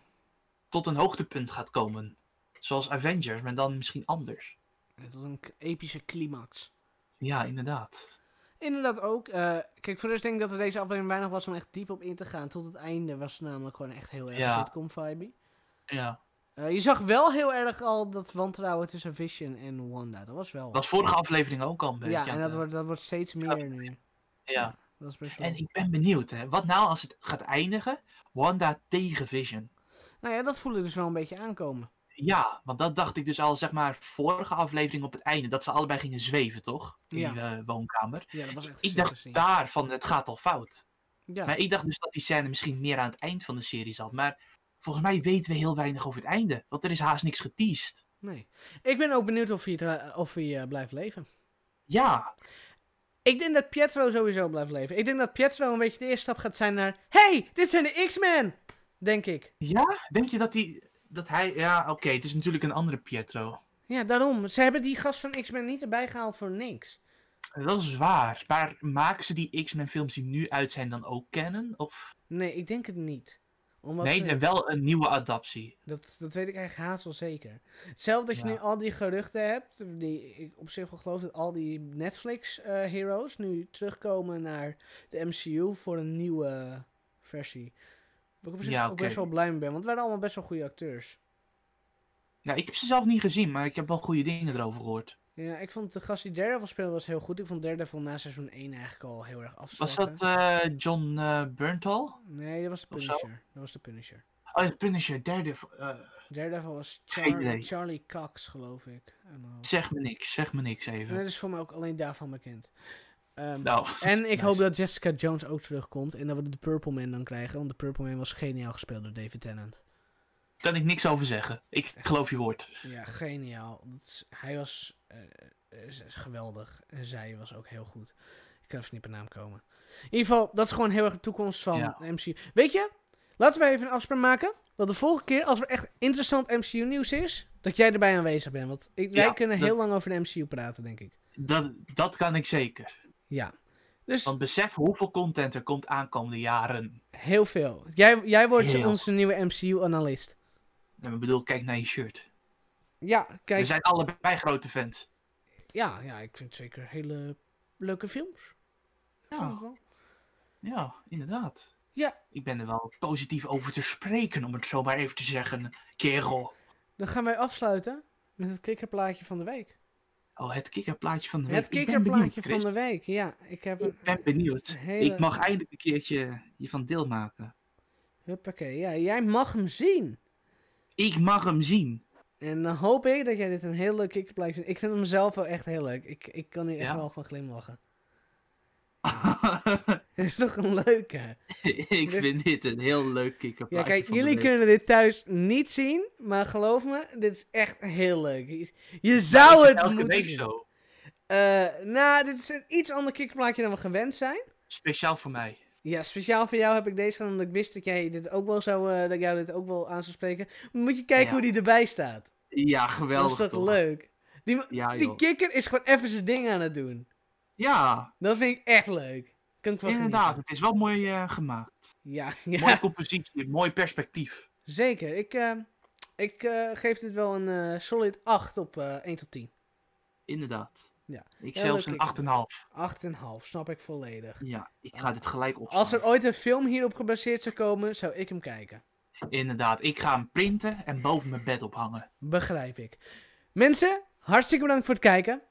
Tot een hoogtepunt gaat komen. Zoals Avengers, maar dan misschien anders.
het was een k- epische climax.
Ja, inderdaad.
Inderdaad ook. eh, kijk, voor de rest denk ik dat er deze aflevering weinig was om echt diep op in te gaan. Tot het einde was het namelijk gewoon echt heel erg
Ja.
sitcom vibe.
Ja.
Eh, je zag wel heel erg al dat wantrouwen tussen Vision en Wanda. Dat was wel.
Dat was vorige aflevering ook al een beetje.
ja,
aan
en dat
de-
wordt, dat wordt steeds meer nu.
ja.
Dat is best wel.
En ik ben benieuwd, hè. Wat nou als het gaat eindigen? Wanda tegen Vision.
Nou ja, dat voel ik dus wel een beetje aankomen.
Ja, want dat dacht ik dus al, zeg maar, vorige aflevering op het einde. Dat ze allebei gingen zweven, toch? In
Ja.
die eh, woonkamer.
Ja, dat was echt
Ik
super
dacht
zien.
daar van, het gaat al fout.
Ja,
Maar ik dacht dus dat die scène misschien meer aan het eind van de serie zat. Maar volgens mij weten we heel weinig over het einde. Want er is haast niks geteased.
nee. Ik ben ook benieuwd of hij, het, eh, of hij eh, blijft leven.
Ja,
Ik denk dat Pietro sowieso blijft leven. Ik denk dat Pietro een beetje de eerste stap gaat zijn naar... Hey, dit zijn de X-Men! Denk ik.
ja? Denk je dat die... Dat hij, ja, oké, het is natuurlijk een andere Pietro.
Ja, daarom. Ze hebben die gast van X-Men niet erbij gehaald voor niks.
Dat is waar. Maar maken ze die X-Men films die nu uit zijn dan ook kennen? Of...
Nee, ik denk het niet. Omdat
Nee,
ze-
en wel een nieuwe adaptie.
Dat, dat weet ik eigenlijk haast wel zeker. Zelf dat je
Ja.
nu al die geruchten hebt, die ik op zich wel geloof dat al die Netflix-heroes nu terugkomen naar de MCU voor een nieuwe versie. Waar ik op zich
Ja,
ook
oké.
best wel blij mee ben, want het waren allemaal best wel goede acteurs.
Nou, ik heb ze zelf niet gezien, maar ik heb wel goede dingen erover gehoord.
Ja, ik vond de gast die Daredevil speelde was heel goed. Ik vond Daredevil na seizoen 1 eigenlijk al heel erg
Was
afzwakken.
dat eh, John eh Berntal?
Nee, dat was de
of zo?
Punisher. Dat was de Punisher.
Oh, ja, Punisher, derde. eh
Daredevil was
Geen
Char-
idee.
Charlie Cox, geloof ik. En
zeg me niks, zeg me niks even.
dat is voor mij ook alleen daarvan bekend. Ehm,
Nou,
En ik
Nice.
hoop dat Jessica Jones ook terugkomt en dat we de Purple Man dan krijgen, want de Purple Man was geniaal gespeeld door David Tennant.
kan ik niks over zeggen. Ik geloof je woord.
Ja, geniaal. Dat is- hij was eh, eh, z- geweldig en zij was ook heel goed. Ik kan even niet per naam komen. In ieder geval, dat is gewoon heel erg de toekomst van
Ja.
MCU. Weet je, laten we even een afspraak maken dat de volgende keer als er echt interessant MCU nieuws is, dat jij erbij aanwezig bent, want ik, wij
Ja,
kunnen
dat-
heel lang over de MCU praten, denk ik.
Dat, dat kan ik zeker.
Ja. Dus
Want besef hoeveel content er komt aankomende jaren.
heel veel. Jij, jij wordt
Heel.
onze nieuwe MCU-analyst.
En ik bedoel, kijk naar je shirt.
Ja, kijk.
We zijn allebei grote fans.
Ja, ja, ik vind het zeker hele leuke films. Ik
Ja.
vind het wel.
Ja, inderdaad.
Ja.
Ik ben er wel positief over te spreken, om het zo maar even te zeggen, kerel.
Dan gaan wij afsluiten met het klikkerplaatje van de week.
Oh, het kikkerplaatje van de week.
Het
Ik ben
kikkerplaatje
benieuwd,
van
Chris.
de week. Ja, ik heb een
Ik ben benieuwd.
hele...
Ik mag eindelijk een keertje hiervan deel maken.
Huppakee. Ja, jij mag hem zien.
Ik mag hem zien.
En dan hoop ik dat jij dit een heel leuk kikkerplaatje vindt. Ik vind hem zelf wel echt heel leuk. Ik, ik kan hier echt
Ja?
wel van glimlachen. Het is toch een leuke.
ik
Dus-
vind dit een heel leuk kikkerplaatje.
Ja, kijk,
van de
jullie
week.
kunnen dit thuis niet zien. Maar geloof me, dit is echt heel leuk. Je- Je zou
Is
het
elke
moeten
week
zien.
zo.
Eh, nou, dit is een iets ander kikkerplaatje dan we gewend zijn.
Speciaal voor mij.
Ja, speciaal voor jou heb ik deze gedaan, omdat ik wist dat jij dit ook wel zou, eh, dat jou dit ook wel aan zou spreken. Moet je kijken
Ja.
hoe die erbij staat.
Ja, geweldig.
dat is toch, leuk? Die, ma-
Ja,
die
joh.
kikker is gewoon even zijn ding aan het doen.
Ja,
Dat vind ik echt leuk. Kan ik van
inderdaad. Het is wel mooi eh, gemaakt.
genieten. Ja, ja.
Mooie compositie, mooi perspectief.
zeker. Ik, eh, ik eh, geef dit wel een eh, solid 8 op eh 1 tot 10.
Inderdaad.
Ja.
Ik
Heel
zelfs
leuk
een 8,5.
8,5, snap ik volledig.
Ja, ik ga dit gelijk opslaan.
Als er ooit een film hierop gebaseerd zou komen, zou ik hem kijken.
Inderdaad, ik ga hem printen en boven mijn bed ophangen.
Begrijp ik. Mensen, hartstikke bedankt voor het kijken.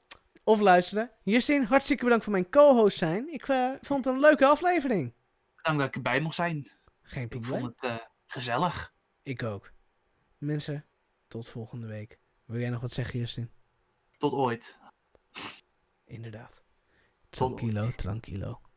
Of luisteren. Justin, hartstikke bedankt voor mijn co-host zijn. Ik eh, vond het een leuke aflevering.
Bedankt dat ik erbij mocht zijn.
Geen
Ik
probleem.
vond het eh, gezellig.
Ik ook. Mensen, tot volgende week. Wil jij nog wat zeggen, Justin?
Tot ooit.
Inderdaad.
Tot ooit.
Tranquilo, tranquilo.